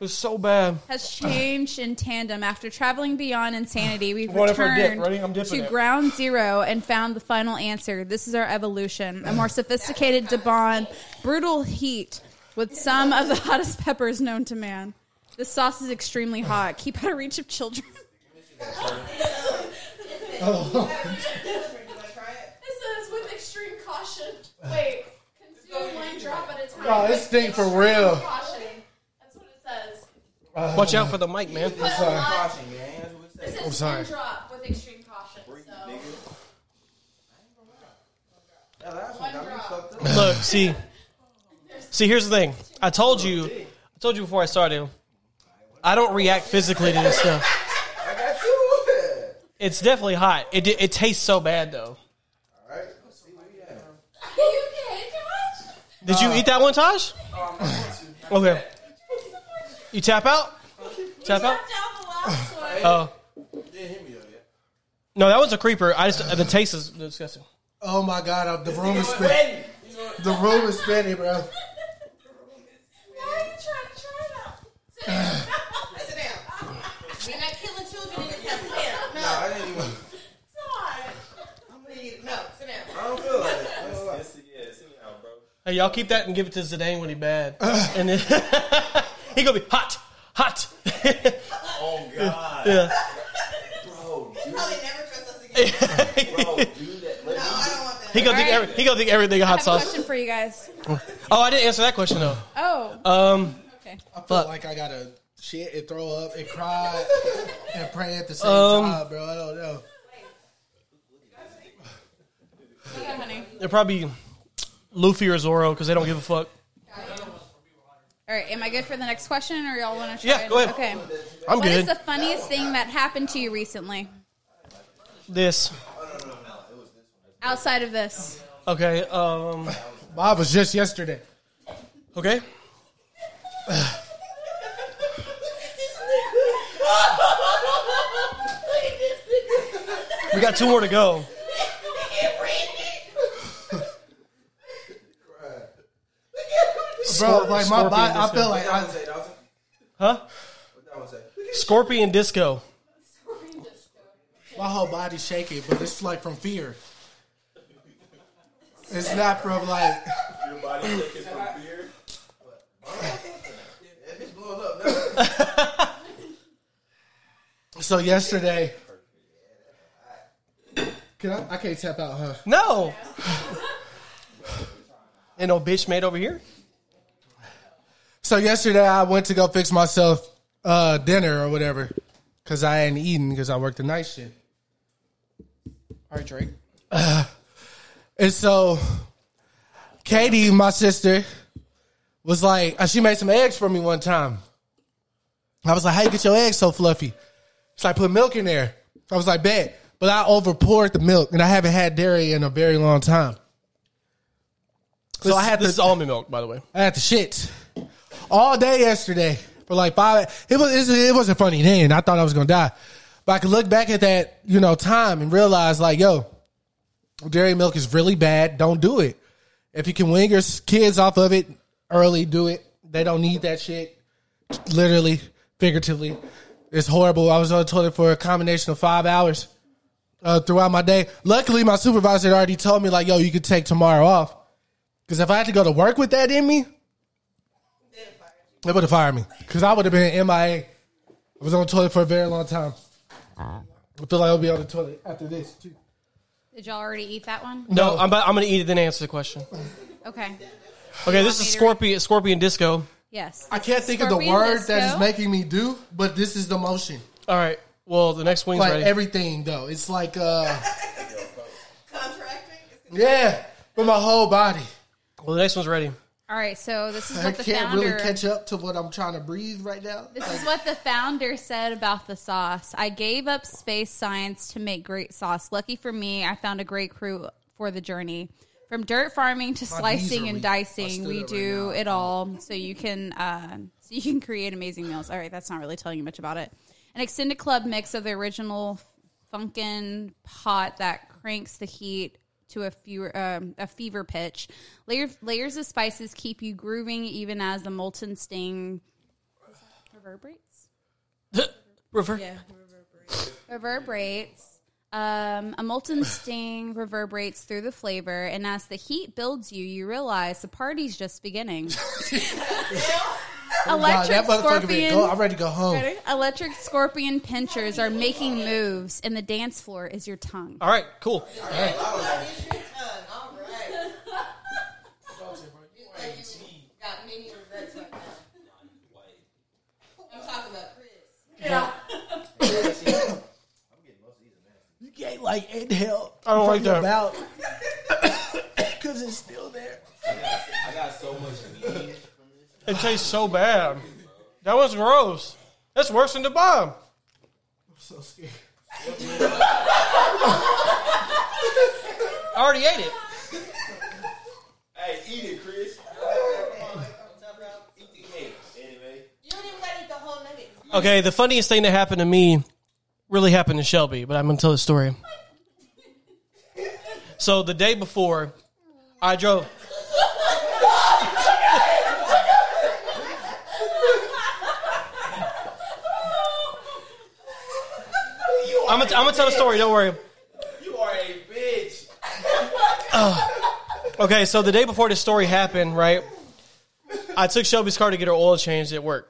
Speaker 2: It's so bad.
Speaker 5: has changed in tandem after traveling beyond insanity. We've
Speaker 2: What if I dip?
Speaker 5: returned
Speaker 2: Ready? I'm dipping
Speaker 5: to
Speaker 2: it.
Speaker 5: ground zero and found the final answer. This is our evolution: a more sophisticated Debon, brutal heat with some of the hottest peppers known to man. This sauce is extremely hot. Keep out of reach of children.
Speaker 10: This is with extreme caution. Wait, consume one drop at a time.
Speaker 3: Oh, this thing for real.
Speaker 10: Caution. That's what it says.
Speaker 2: Watch out for the mic, man.
Speaker 10: Put a
Speaker 3: sorry.
Speaker 10: lot- It says
Speaker 3: I'm sorry.
Speaker 10: one drop with extreme caution. So.
Speaker 2: Look, see, see. Here's the thing. I told you. I told you before I started. I don't react physically to this stuff. It's definitely hot. It it tastes so bad though.
Speaker 10: you kidding, Josh?
Speaker 2: Did you eat that one, Taj? Okay. You tap out? Tap out?
Speaker 10: Drop down the last one.
Speaker 2: Oh. No, that was a creeper. I just the taste is disgusting.
Speaker 3: Oh my god, uh, the room is spinning. The room is spinning, bro.
Speaker 10: Why are you trying to try it out? Sit down. Sit down. We're not killing children in this house. Sit down. No. Todd. No, sit down.
Speaker 2: Hey, y'all keep that and give it to Zidane when he bad. and then he gonna be hot, hot.
Speaker 8: Oh god.
Speaker 2: yeah.
Speaker 10: Probably never trust us again.
Speaker 2: He gonna think every, he gonna think everything a
Speaker 5: I
Speaker 2: hot
Speaker 5: have a
Speaker 2: sauce.
Speaker 5: question for you guys.
Speaker 2: Oh, I didn't answer that question though.
Speaker 5: Oh,
Speaker 3: Uh,
Speaker 2: Um,
Speaker 5: okay.
Speaker 3: I feel
Speaker 2: Fuck.
Speaker 3: like I gotta shit and throw up and cry and pray at the same
Speaker 2: Um,
Speaker 3: time, bro. I don't know.
Speaker 5: Yeah, honey.
Speaker 2: they're probably Luffy or Zoro because they don't give a fuck.
Speaker 5: All right, am I good for the next question, or y'all want to try?
Speaker 2: Yeah, go ahead.
Speaker 5: Okay. What is
Speaker 2: I'm good.
Speaker 5: the funniest thing that happened to you recently
Speaker 2: this
Speaker 5: outside of this?
Speaker 2: okay? Um,
Speaker 3: Bob was just yesterday.
Speaker 2: okay. We got two more to go.
Speaker 3: bro, like my body, I feel like I,
Speaker 2: huh? Scorpion disco.
Speaker 3: my whole body shaking, but it's like from fear. It's not from like
Speaker 8: Your body shaking from fear.
Speaker 3: so. Yesterday, can I? I can't tap out, huh?
Speaker 2: No. Ain't no bitch made over here.
Speaker 3: So yesterday, I went to go fix myself uh, dinner or whatever because I hadn't eaten because I worked the night shift.
Speaker 7: All right, Drake.
Speaker 3: And so, Katie, my sister, was like, uh, she made some eggs for me one time. I was like, how you get your eggs so fluffy? She's like, put milk in there. I was like, bet. But I over poured the milk and I haven't had dairy in a very long time. So
Speaker 2: This-
Speaker 3: I had
Speaker 2: this
Speaker 3: to-
Speaker 2: is almond milk, by the way.
Speaker 3: I had the shits all day yesterday for like five. It was it wasn't funny then. I thought I was gonna die, but I could look back at that you know time and realize like yo, dairy milk is really bad. Don't do it. If you can wing your kids off of it early, do it. They don't need that shit. Literally, figuratively, it's horrible. I was on the toilet for a combination of five hours uh, throughout my day. Luckily, my supervisor had already told me like yo, you could take tomorrow off. Because if I had to go to work with that in me, they would have fired me because I would have been MIA. I was on the toilet for a very long time. I feel like I'll be on the toilet after this too.
Speaker 5: Did y'all already eat that one?
Speaker 2: No, I'm, about, I'm gonna eat it then answer the question.
Speaker 5: Okay.
Speaker 2: Okay, this is scorpion scorpion disco.
Speaker 5: Yes.
Speaker 3: I can't think of the
Speaker 5: Scorpion
Speaker 3: word
Speaker 5: disco.
Speaker 3: that is making me do, but this is the motion.
Speaker 2: All right. Well, the next wing's
Speaker 3: like
Speaker 2: ready.
Speaker 3: everything though, it's like uh, contracting. Yeah, but my whole body.
Speaker 2: well, the next one's ready.
Speaker 5: All right, so this is
Speaker 3: I
Speaker 5: what the
Speaker 3: can't
Speaker 5: founder.
Speaker 3: really catch up to what I'm trying to breathe right now.
Speaker 5: This is what the founder said about the sauce. I gave up space science to make great sauce. Lucky for me, I found a great crew for the journey. From dirt farming to
Speaker 10: My knees
Speaker 5: slicing
Speaker 10: are
Speaker 5: and
Speaker 10: weak. I
Speaker 5: dicing,
Speaker 10: stood
Speaker 5: we
Speaker 10: up right
Speaker 5: do it all. So you can uh, so you can create amazing meals. All right, that's not really telling you much about it. An extended club mix of the original funkin' pot that cranks the heat to a fewer um, a fever pitch. Layers layers of spices keep you grooving even as the molten sting reverberates.
Speaker 2: Reverb.
Speaker 5: Yeah, reverberates. Um, a molten sting reverberates through the flavor, and as the heat builds you, you realize the party's just beginning.
Speaker 3: Oh my God, that
Speaker 5: Electric
Speaker 3: motherfucker ready to
Speaker 5: scorpion.
Speaker 3: go. I'm ready to go home.
Speaker 5: Ready? Electric scorpion pinchers are making moves, and the dance floor is your tongue.
Speaker 2: All right. Cool.
Speaker 10: Got many regrets right now. I'm talking about Chris.
Speaker 3: You can't like inhale.
Speaker 2: I don't
Speaker 3: from
Speaker 2: like
Speaker 3: your
Speaker 2: that.
Speaker 3: mouth because it's still there.
Speaker 8: I got so much meat.
Speaker 2: It tastes so bad. That was gross. That's worse than the bomb.
Speaker 3: So scared.
Speaker 2: I already ate it.
Speaker 8: Hey, eat it, Chris. Eat the cake. Anyway.
Speaker 10: You don't even gotta eat the whole nugget.
Speaker 2: Okay, the funniest thing that happened to me really happened to Shelby, but I'm gonna tell the story. So the day before, I drove. I'm gonna, I'm gonna tell the story. Don't worry.
Speaker 8: You are a bitch.
Speaker 2: Okay, so the day before this story happened, right? I took Shelby's car to get her oil changed at work.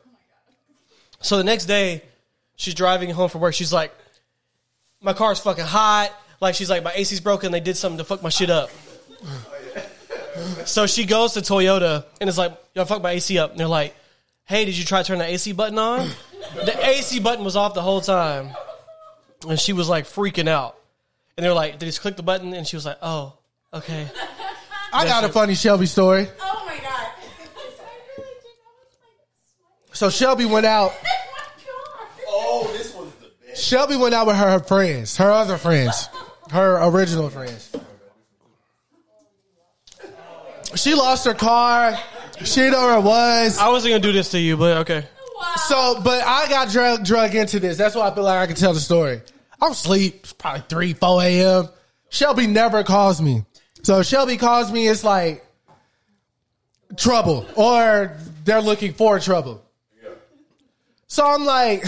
Speaker 2: So the next day, she's driving home from work. She's like, "My car's fucking hot." Like she's like, "My AC's broken. They did something to fuck my shit up." so she goes to Toyota and is like, "Y'all fuck my AC up." And they're like, "Hey, did you try to turn the AC button on?" the AC button was off the whole time, and she was like freaking out. And they're like, "Did you just click the button?" And she was like, "Oh, okay."
Speaker 3: I
Speaker 2: That
Speaker 3: got a
Speaker 2: shit-
Speaker 3: funny Shelby story.
Speaker 10: Oh my god.
Speaker 3: So Shelby went out.
Speaker 8: Oh, this was the best.
Speaker 3: Shelby went out with her friends, her other friends, her original friends. She lost her car. She didn't know where it was.
Speaker 2: I wasn't gonna do this to you, but okay.
Speaker 3: So, but I got drug drug into this. That's why I feel like I can tell the story. I'm asleep. It's probably three, four a.m. Shelby never calls me. So if Shelby calls me. It's like trouble or they're looking for trouble. So I'm like,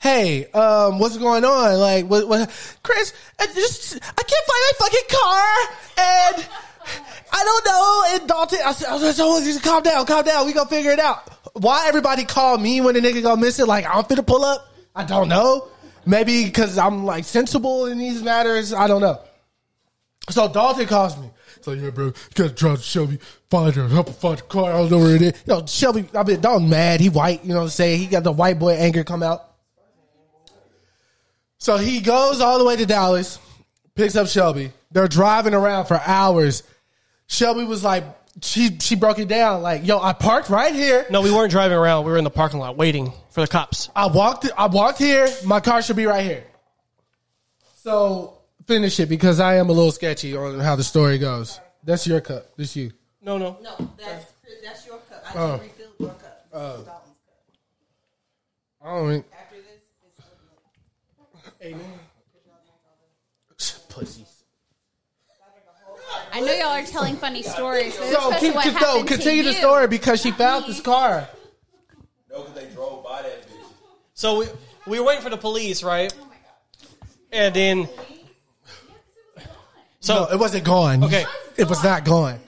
Speaker 3: hey, um, what's going on? Like, what, what, Chris, I just, I can't find my fucking car and I don't know. And Dalton, I said, "Oh, I was like, just calm down, calm down. We gonna figure it out. Why everybody call me when the nigga go missing? Like, I'm finna pull up. I don't know. Maybe because I'm like sensible in these matters. I don't know. So Dalton calls me. So yeah, bro, you gotta drive to Shelby, find her, help her find the car. I don't know where it is. You know, Shelby, I mean, Dalton mad. He white. You know what I'm saying? He got the white boy anger come out. So he goes all the way to Dallas, picks up Shelby. They're driving around for hours. Shelby was like, she she broke it down like, yo, I parked right here.
Speaker 2: No, we weren't driving around. We were in the parking lot waiting for the cops.
Speaker 3: I walked I walked here. My car should be right here. So finish it because I am a little sketchy on how the story goes. That's your cup. This you.
Speaker 2: No, no.
Speaker 10: No, that's that's your cup. I
Speaker 3: Oh.
Speaker 10: just refilled your cup.
Speaker 3: Oh.
Speaker 10: It's Dalton's cup.
Speaker 3: I don't mean,
Speaker 10: After this, it's
Speaker 3: pussies.
Speaker 5: I know y'all are telling funny stories. But
Speaker 3: So keep
Speaker 5: what
Speaker 3: no,
Speaker 5: happened
Speaker 3: continue
Speaker 5: to
Speaker 3: the
Speaker 5: you.
Speaker 3: story because she found this car.
Speaker 2: So we we were waiting for the police, right?
Speaker 5: Oh
Speaker 2: And then
Speaker 3: So it wasn't gone.
Speaker 2: Okay.
Speaker 3: It was not gone.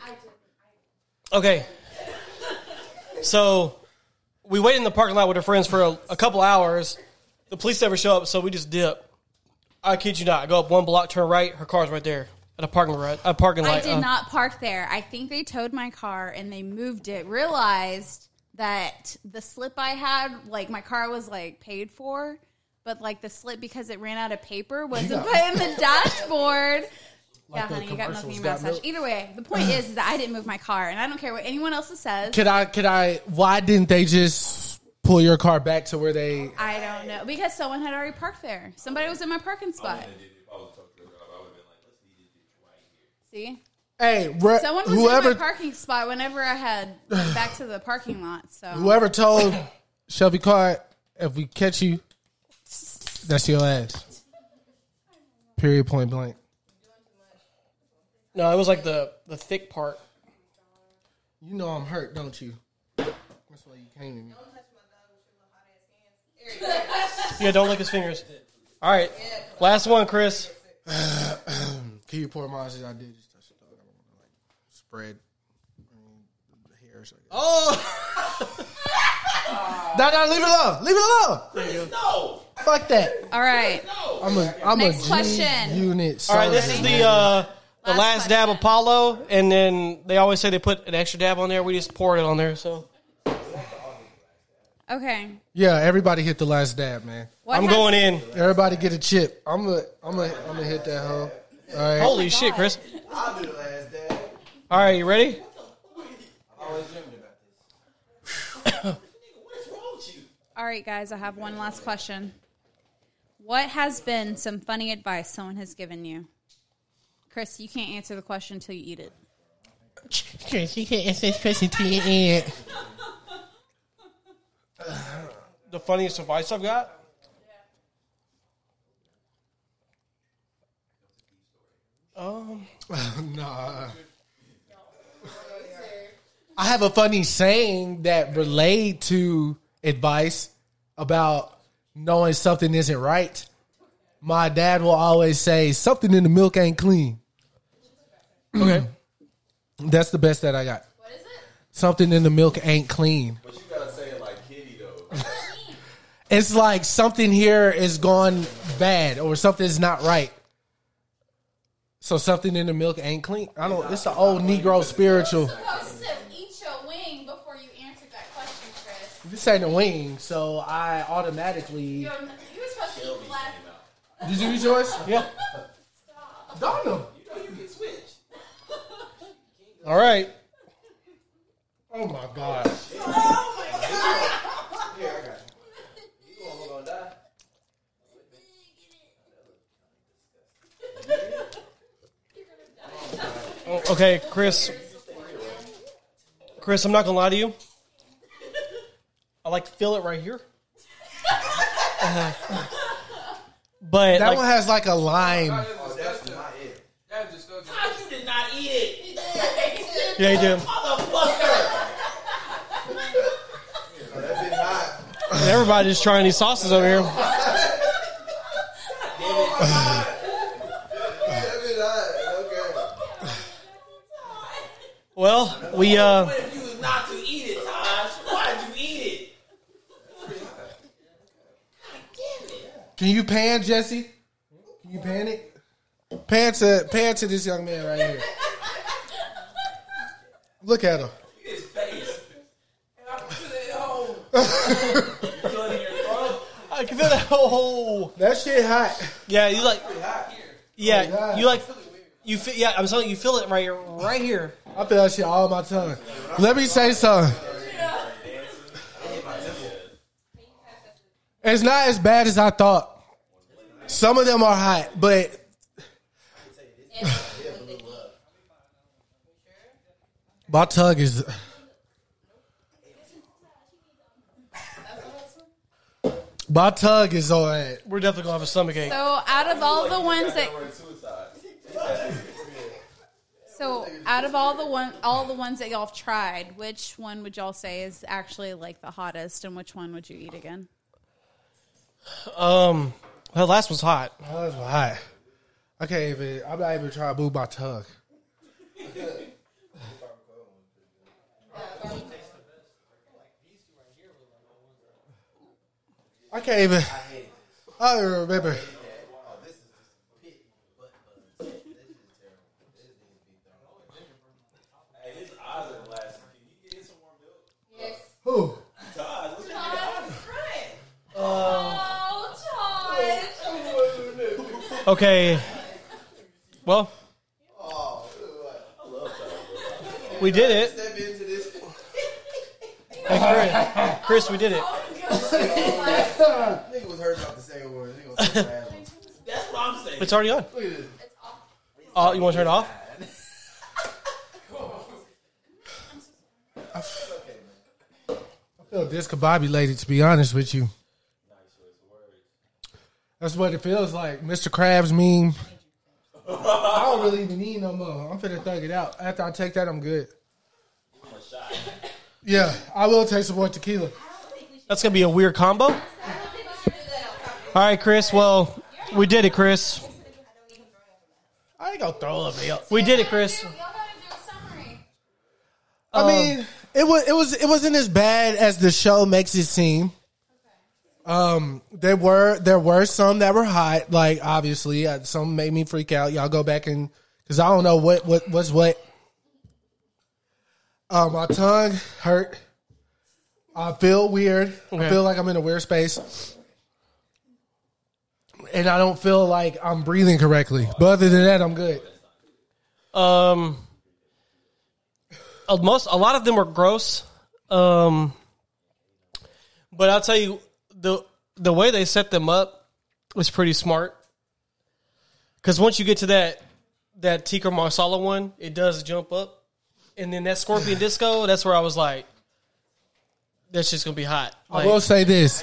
Speaker 2: Okay. So we waited in the parking lot with our friends for a, a couple hours. The police never show up, so we just dip. I kid you not. I go up one block, turn right. Her car's right there at a parking lot. A parking lot.
Speaker 5: I did
Speaker 2: uh,
Speaker 5: not park there. I think they towed my car and they moved it. Realized that the slip I had, like my car was like paid for, but like the slip because it ran out of paper wasn't put in the dashboard. yeah,
Speaker 3: the
Speaker 5: honey, you got milk
Speaker 3: commercials
Speaker 5: in your
Speaker 3: got
Speaker 5: mustache.
Speaker 3: milk.
Speaker 5: Either way, the point is, is that I didn't move my car, and I don't care what anyone else says.
Speaker 3: Could I? Could I? Why didn't they just pull your car back to where they?
Speaker 5: I don't know because someone had already parked there. Somebody was in my parking spot. See,
Speaker 3: Hey, re-
Speaker 5: someone was in my
Speaker 3: Uh, whoever
Speaker 5: parking spot whenever I had went back to the parking lot. So
Speaker 3: whoever told Shelby Carr, if we catch you, that's your ass. Period. Point blank.
Speaker 2: No, it was like the the thick part.
Speaker 3: You know I'm hurt, don't you? That's why you came to me.
Speaker 2: Yeah, don't lick his fingers. All right, last one, Chris.
Speaker 3: Can you pour mine? I did just touch it. dog. I don't wanna, like, Spread mm, the hairs. Oh! no,
Speaker 2: Oh,
Speaker 3: no, leave it alone. Leave it alone.
Speaker 10: No.
Speaker 3: Fuck that.
Speaker 5: All right.
Speaker 3: I'm a, I'm
Speaker 5: Next
Speaker 3: a G
Speaker 5: question.
Speaker 3: unit.
Speaker 2: All right,
Speaker 5: Oh,
Speaker 2: this is the uh, the last, dab Apollo, and then they always say they put an extra dab on there. We just poured it on there, so
Speaker 5: Okay.
Speaker 3: Yeah, everybody hit the last dab, man.
Speaker 5: What
Speaker 2: I'm
Speaker 5: has- Oh
Speaker 2: going in.
Speaker 3: Everybody get a chip. I'm gonna, I'm gonna, I'm gonna hit that hoe. All right.
Speaker 2: Holy shit, Chris!
Speaker 9: I'll do the last dab.
Speaker 2: All right, you ready?
Speaker 9: I always dreamed about this.
Speaker 5: All right, guys. I have one last question. What has been some funny advice someone has given you? Chris, you can't answer the question until you eat it.
Speaker 3: Chris, you can't ask this question to your end.
Speaker 2: The funniest advice I've got. Um.
Speaker 3: nah. I have a funny saying that relate to advice about knowing something isn't right. My dad will always say, "Something in the milk ain't clean."
Speaker 2: Okay.
Speaker 3: That's the best that I got. What is it? Something in the milk ain't clean.
Speaker 8: But you gotta say it like Kitty though.
Speaker 3: It's like something here is gone bad or something's not right. So something in the milk ain't clean. I don't. It's an old Negro
Speaker 10: Oh.
Speaker 3: spiritual.
Speaker 5: supposed to eat your wing before you answered that question, Chris.
Speaker 3: This ain't a wing, so I automatically.
Speaker 5: You were supposed to eat last.
Speaker 3: Did you eat yours?
Speaker 2: Yeah.
Speaker 3: Donna.
Speaker 2: All right.
Speaker 3: Oh my god.
Speaker 2: Oh, Okay, Chris. Chris, I'm not gonna lie to you. I like to feel it right here. Uh, but
Speaker 3: That
Speaker 2: like,
Speaker 3: one has like a line.
Speaker 7: Oh, that's not it. That's disgusting.
Speaker 10: You did Ah, not eat it.
Speaker 2: yeah, you do.
Speaker 10: Motherfucker.
Speaker 2: Everybody's trying these sauces over here. Well, we uh,
Speaker 6: What if you was not to eat it, Taj? Why'd you eat
Speaker 3: Can you pan, Jesse? Can you pan it? Pan to pan to this young man right here. Look at him.
Speaker 6: it? His face. And I'm sitting at home. Blood in your throat.
Speaker 2: I can feel that whole.
Speaker 3: That shit hot.
Speaker 2: Yeah, you like.
Speaker 3: Pretty
Speaker 2: Yeah,
Speaker 3: hot.
Speaker 2: you like. You feel. Yeah, I'm telling you, you feel it right here, right here.
Speaker 3: I feel that shit all my tongue. Let me say something. It's not as bad as I thought. Some of them are hot, but my tongue is. My tongue is on it.
Speaker 2: We're definitely gonna have a stomachache.
Speaker 5: So out of all the ones that So out of all the one all the ones that y'all have tried, which one would y'all say is actually like the hottest and which one would you eat again?
Speaker 2: Um, that last was hot.
Speaker 3: Oh, that's hot. I can't even. I'm not even trying to move my tongue. I can't even. I don't even remember. Who?
Speaker 2: Okay. Well, we did it. Hey, Chris, Chris, we did it.
Speaker 9: Nigga was hurt about the second word. Nigga was so bad.
Speaker 6: That's what I'm saying.
Speaker 2: It's already on.
Speaker 9: Look at this.
Speaker 2: Oh, you want to turn it off?
Speaker 3: I feel discombobulated, to be honest with you. That's what it feels like. Mr. Krabs meme. I don't really even need no more. I'm finna thug it out. After I take that, I'm good. Yeah, I will take some more tequila.
Speaker 2: That's gonna be a weird combo. All right, Chris. Well, we did it, Chris.
Speaker 3: I ain't gonna throw up. yo.
Speaker 2: We did it, Chris.
Speaker 3: I mean, it was it was it wasn't as bad as the show makes it seem. Um, there were there were some that were hot, like obviously uh, some made me freak out. Y'all go back and because I don't know what what was what. Uh, my tongue hurt. I feel weird. I
Speaker 2: Okay.
Speaker 3: feel like I'm in a weird space, and I don't feel like I'm breathing correctly. But other than that, I'm good.
Speaker 2: Um, a- most a lot of them were gross. Um, but I'll tell you the the way they set them up was pretty smart. Because once you get to that that tikka marsala one, it does jump up, and then that scorpion disco. That's where I was like, "That's just gonna be hot."
Speaker 3: I
Speaker 2: Like,
Speaker 3: will say this: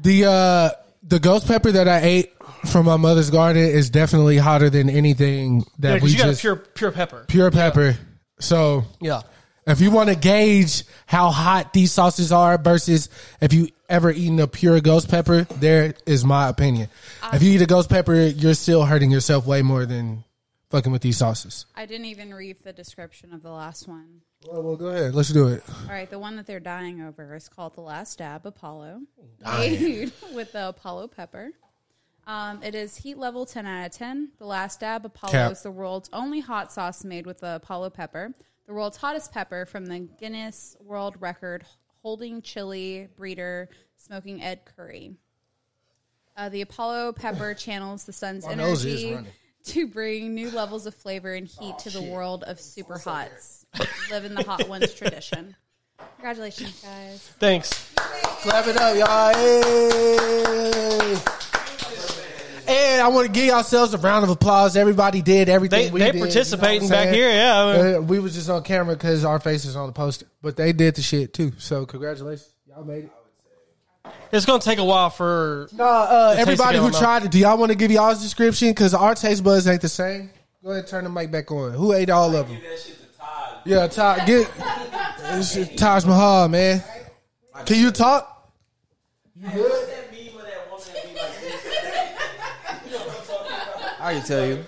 Speaker 3: the uh, the ghost pepper that I ate from my mother's garden is definitely hotter than anything
Speaker 2: Yeah,
Speaker 3: that
Speaker 2: 'cause
Speaker 3: we
Speaker 2: you got a
Speaker 3: just
Speaker 2: pure pure pepper.
Speaker 3: pure pepper. So
Speaker 2: Yeah.
Speaker 3: if you want to gauge how hot these sauces are versus if you ever eaten a pure ghost pepper, there is my opinion. if you eat a ghost pepper, you're still hurting yourself way more than fucking with these sauces.
Speaker 5: I didn't even read the description of the last one.
Speaker 3: Well, well go ahead. Let's do it.
Speaker 5: All right, the one that they're dying over is called The Last Dab Apollo, made with the Apollo pepper. Um, it is heat level 10 out of 10. The Last Dab Apollo
Speaker 3: Cap.
Speaker 5: is the world's only hot sauce made with the Apollo pepper, the world's hottest pepper from the Guinness World Record holding chili breeder smoking Ed Curry. Uh, the Apollo pepper channels the sun's
Speaker 3: My nose is
Speaker 5: energy
Speaker 3: running. Oh,
Speaker 5: to bring new levels of flavor and heat to the world of super hots. Live in the hot ones tradition. Congratulations, guys.
Speaker 2: Thanks.
Speaker 3: Clap it up, y'all. Hey. And I want to give yourselves a round of applause. Everybody did everything
Speaker 2: They-
Speaker 3: we
Speaker 2: they
Speaker 3: did,
Speaker 2: participating
Speaker 3: what I'm
Speaker 2: back
Speaker 3: saying?
Speaker 2: here, yeah.
Speaker 3: Uh, we was just on camera because our faces on the poster, but they did the shit too. So congratulations, y'all made it.
Speaker 2: It's gonna take a while for
Speaker 3: No, uh,
Speaker 2: The taste
Speaker 3: everybody
Speaker 2: of
Speaker 3: who
Speaker 2: it, I don't
Speaker 3: tried it, do y'all want to give y'all's description? Because our taste buds ain't the same. Go ahead, turn the mic back on. Who ate all of them?
Speaker 6: That shit to Taj.
Speaker 3: Yeah, Taj, get it's your Taj Mahal, man. Can you talk?
Speaker 9: I can tell you.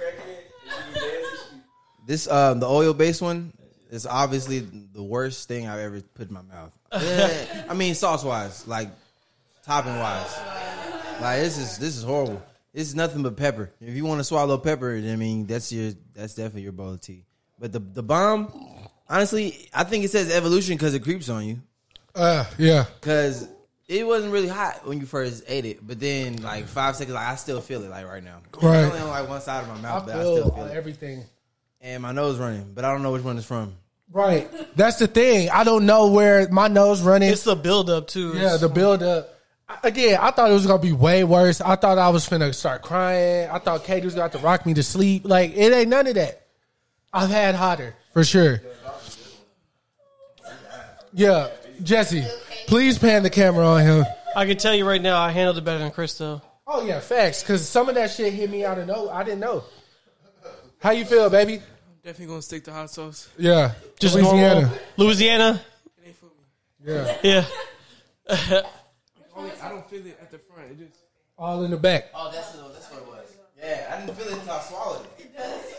Speaker 9: This um the oil based one is obviously the worst thing I've ever put in my mouth. Yeah, I mean sauce wise, like topping wise. Like this is this is horrible. This is nothing but pepper. If you want to swallow pepper, I mean that's your that's definitely your bowl of tea. But the the bomb, honestly, I think it says evolution because it creeps on you.
Speaker 3: Uh, yeah.
Speaker 9: Cause it wasn't really hot when you first ate it, but then like five seconds, like, I still feel it like right now.
Speaker 3: Right.
Speaker 9: I only on like one side of my mouth,
Speaker 3: I
Speaker 9: but I still
Speaker 3: feel
Speaker 9: feel it.
Speaker 3: everything.
Speaker 9: And my nose running, but I don't know which one it's from.
Speaker 3: Right. That's the thing. I don't know where my nose running.
Speaker 2: It's the buildup too.
Speaker 3: yeah, the buildup. I- Again, I thought it was gonna be way worse. I thought I was finna start crying. I thought Katie was gonna have to rock me to sleep. Like it ain't none of that. I've had hotter for sure. Yeah, Jesse, please pan the camera on him.
Speaker 2: I can tell you right now, I handled it better than Chris though.
Speaker 3: Oh yeah, facts. Because some of that shit hit me out of no. I didn't know. How you feel, baby?
Speaker 7: Definitely gonna stick to hot sauce.
Speaker 3: Yeah,
Speaker 2: Just
Speaker 3: Louisiana.
Speaker 2: normal Louisiana.
Speaker 3: Yeah.
Speaker 2: Yeah.
Speaker 7: Only, I don't feel it at the front. It just
Speaker 3: All in the back.
Speaker 9: Oh, that's that's what it was. Yeah, I didn't feel it until I swallowed it.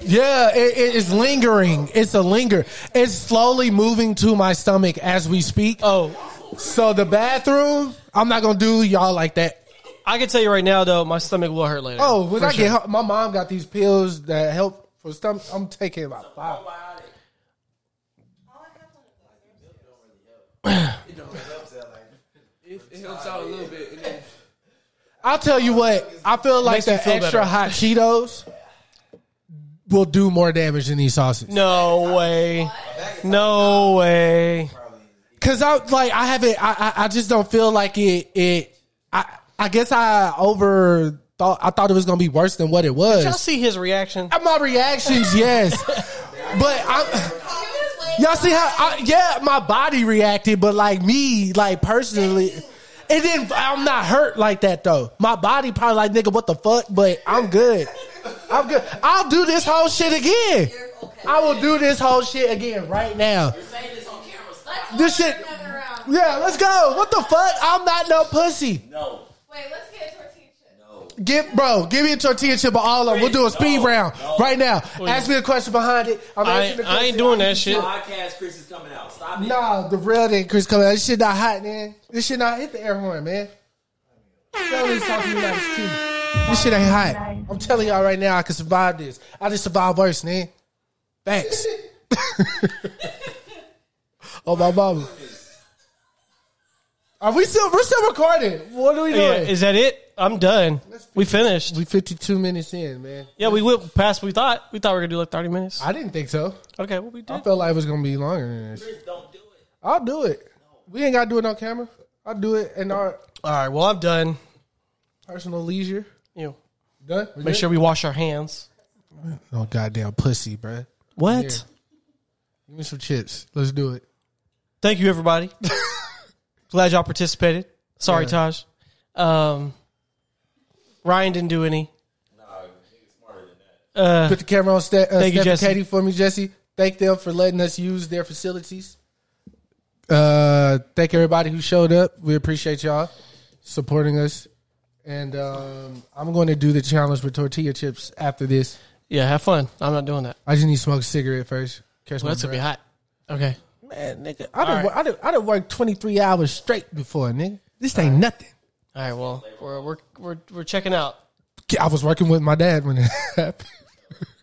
Speaker 3: Yeah, it, it is lingering. It's a linger. It's slowly moving to my stomach as we speak.
Speaker 2: Oh,
Speaker 3: so the bathroom. I'm not gonna do y'all like that.
Speaker 2: I can tell you right now though, my stomach will hurt later.
Speaker 3: Oh, when
Speaker 2: For
Speaker 3: I
Speaker 2: sure.
Speaker 3: get home, my mom got these pills that help for stomach. I'm taking about five.
Speaker 7: it, it helps out a little bit. And then,
Speaker 3: I'll tell you what. I feel like
Speaker 2: Makes me
Speaker 3: the
Speaker 2: feel
Speaker 3: extra
Speaker 2: better.
Speaker 3: hot Cheetos will do more damage than these sauces.
Speaker 2: No way. No way.
Speaker 3: Cause I like I haven't I, I I just don't feel like it it I I guess I over thought I thought it was gonna be worse than what it
Speaker 2: Did y'all
Speaker 3: was.
Speaker 2: see his reaction?
Speaker 3: Uh, My reactions, yes, but I y'all see how I, yeah my body reacted, but like me like personally, and then I'm not hurt like that though. My body probably like nigga what the fuck, but I'm good. I'm good. I'll do this whole shit again. I will do this whole shit again right now. This shit. Yeah, let's go. What the fuck? I'm not no pussy.
Speaker 10: No. Wait, let's get a tortilla.
Speaker 3: Give bro, give me a tortilla chip of all of them. We'll do a speed round right now. Ask me a question behind it. I'm
Speaker 2: I-
Speaker 3: asking the
Speaker 2: I
Speaker 3: question.
Speaker 2: ain't doing that shit.
Speaker 8: Podcast Chris is coming out. Stop it.
Speaker 3: Nah, the real thing, Chris coming. out. This shit not hot, man. This shit not hit the air horn, man. Tell these sauce nuts, too. This shit ain't hot. I'm telling y'all right now, I can survive this. I just survived worse, man. Thanks. oh my mama. Are we still? We're still recording. What are we
Speaker 2: Yeah,
Speaker 3: doing?
Speaker 2: is that it? I'm done. We finished.
Speaker 3: we 52 minutes in, man.
Speaker 2: Yeah, we went past what we thought. We thought we were gonna do like 30 minutes.
Speaker 3: I didn't think so.
Speaker 2: Okay, well we
Speaker 3: I
Speaker 2: did.
Speaker 3: felt like it was gonna be longer than this. I'll do it. We ain't gotta do it on camera. I'll do it in our
Speaker 2: All right, well I'm done.
Speaker 3: personal leisure.
Speaker 2: You know,
Speaker 3: Done. We
Speaker 2: make
Speaker 3: good?
Speaker 2: sure we wash our hands.
Speaker 3: Oh goddamn pussy, bruh.
Speaker 2: What?
Speaker 3: Yeah. Give me some chips. Let's do it.
Speaker 2: Thank you everybody. Glad y'all participated. Sorry, Taj. Um, Ryan didn't do any.
Speaker 3: Put the camera on Ste- uh,
Speaker 2: Thank you,
Speaker 3: Steph and
Speaker 2: Jesse.
Speaker 3: Katie for me, Jesse. Thank them for letting us use their facilities. Uh, thank everybody who showed up. We appreciate y'all supporting us. And um, I'm going to do the challenge with tortilla chips after this.
Speaker 2: Yeah, have fun. I'm not doing that.
Speaker 3: I just need to smoke a cigarette first. Catch
Speaker 2: Well,
Speaker 3: my
Speaker 2: that's gonna be
Speaker 3: breath.
Speaker 2: hot. Okay.
Speaker 3: Man, nigga, I
Speaker 2: All
Speaker 3: done,
Speaker 2: right.
Speaker 3: wo- I done, I done worked 23 hours straight before, nigga. This ain't nothing.
Speaker 2: All right. Well, we're we're we're, we're checking out.
Speaker 3: I was working with my dad when it happened.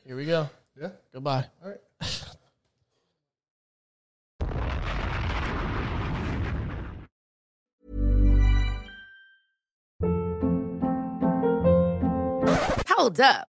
Speaker 2: Here we go.
Speaker 3: Yeah.
Speaker 2: Goodbye.
Speaker 3: All right.
Speaker 11: Hold up.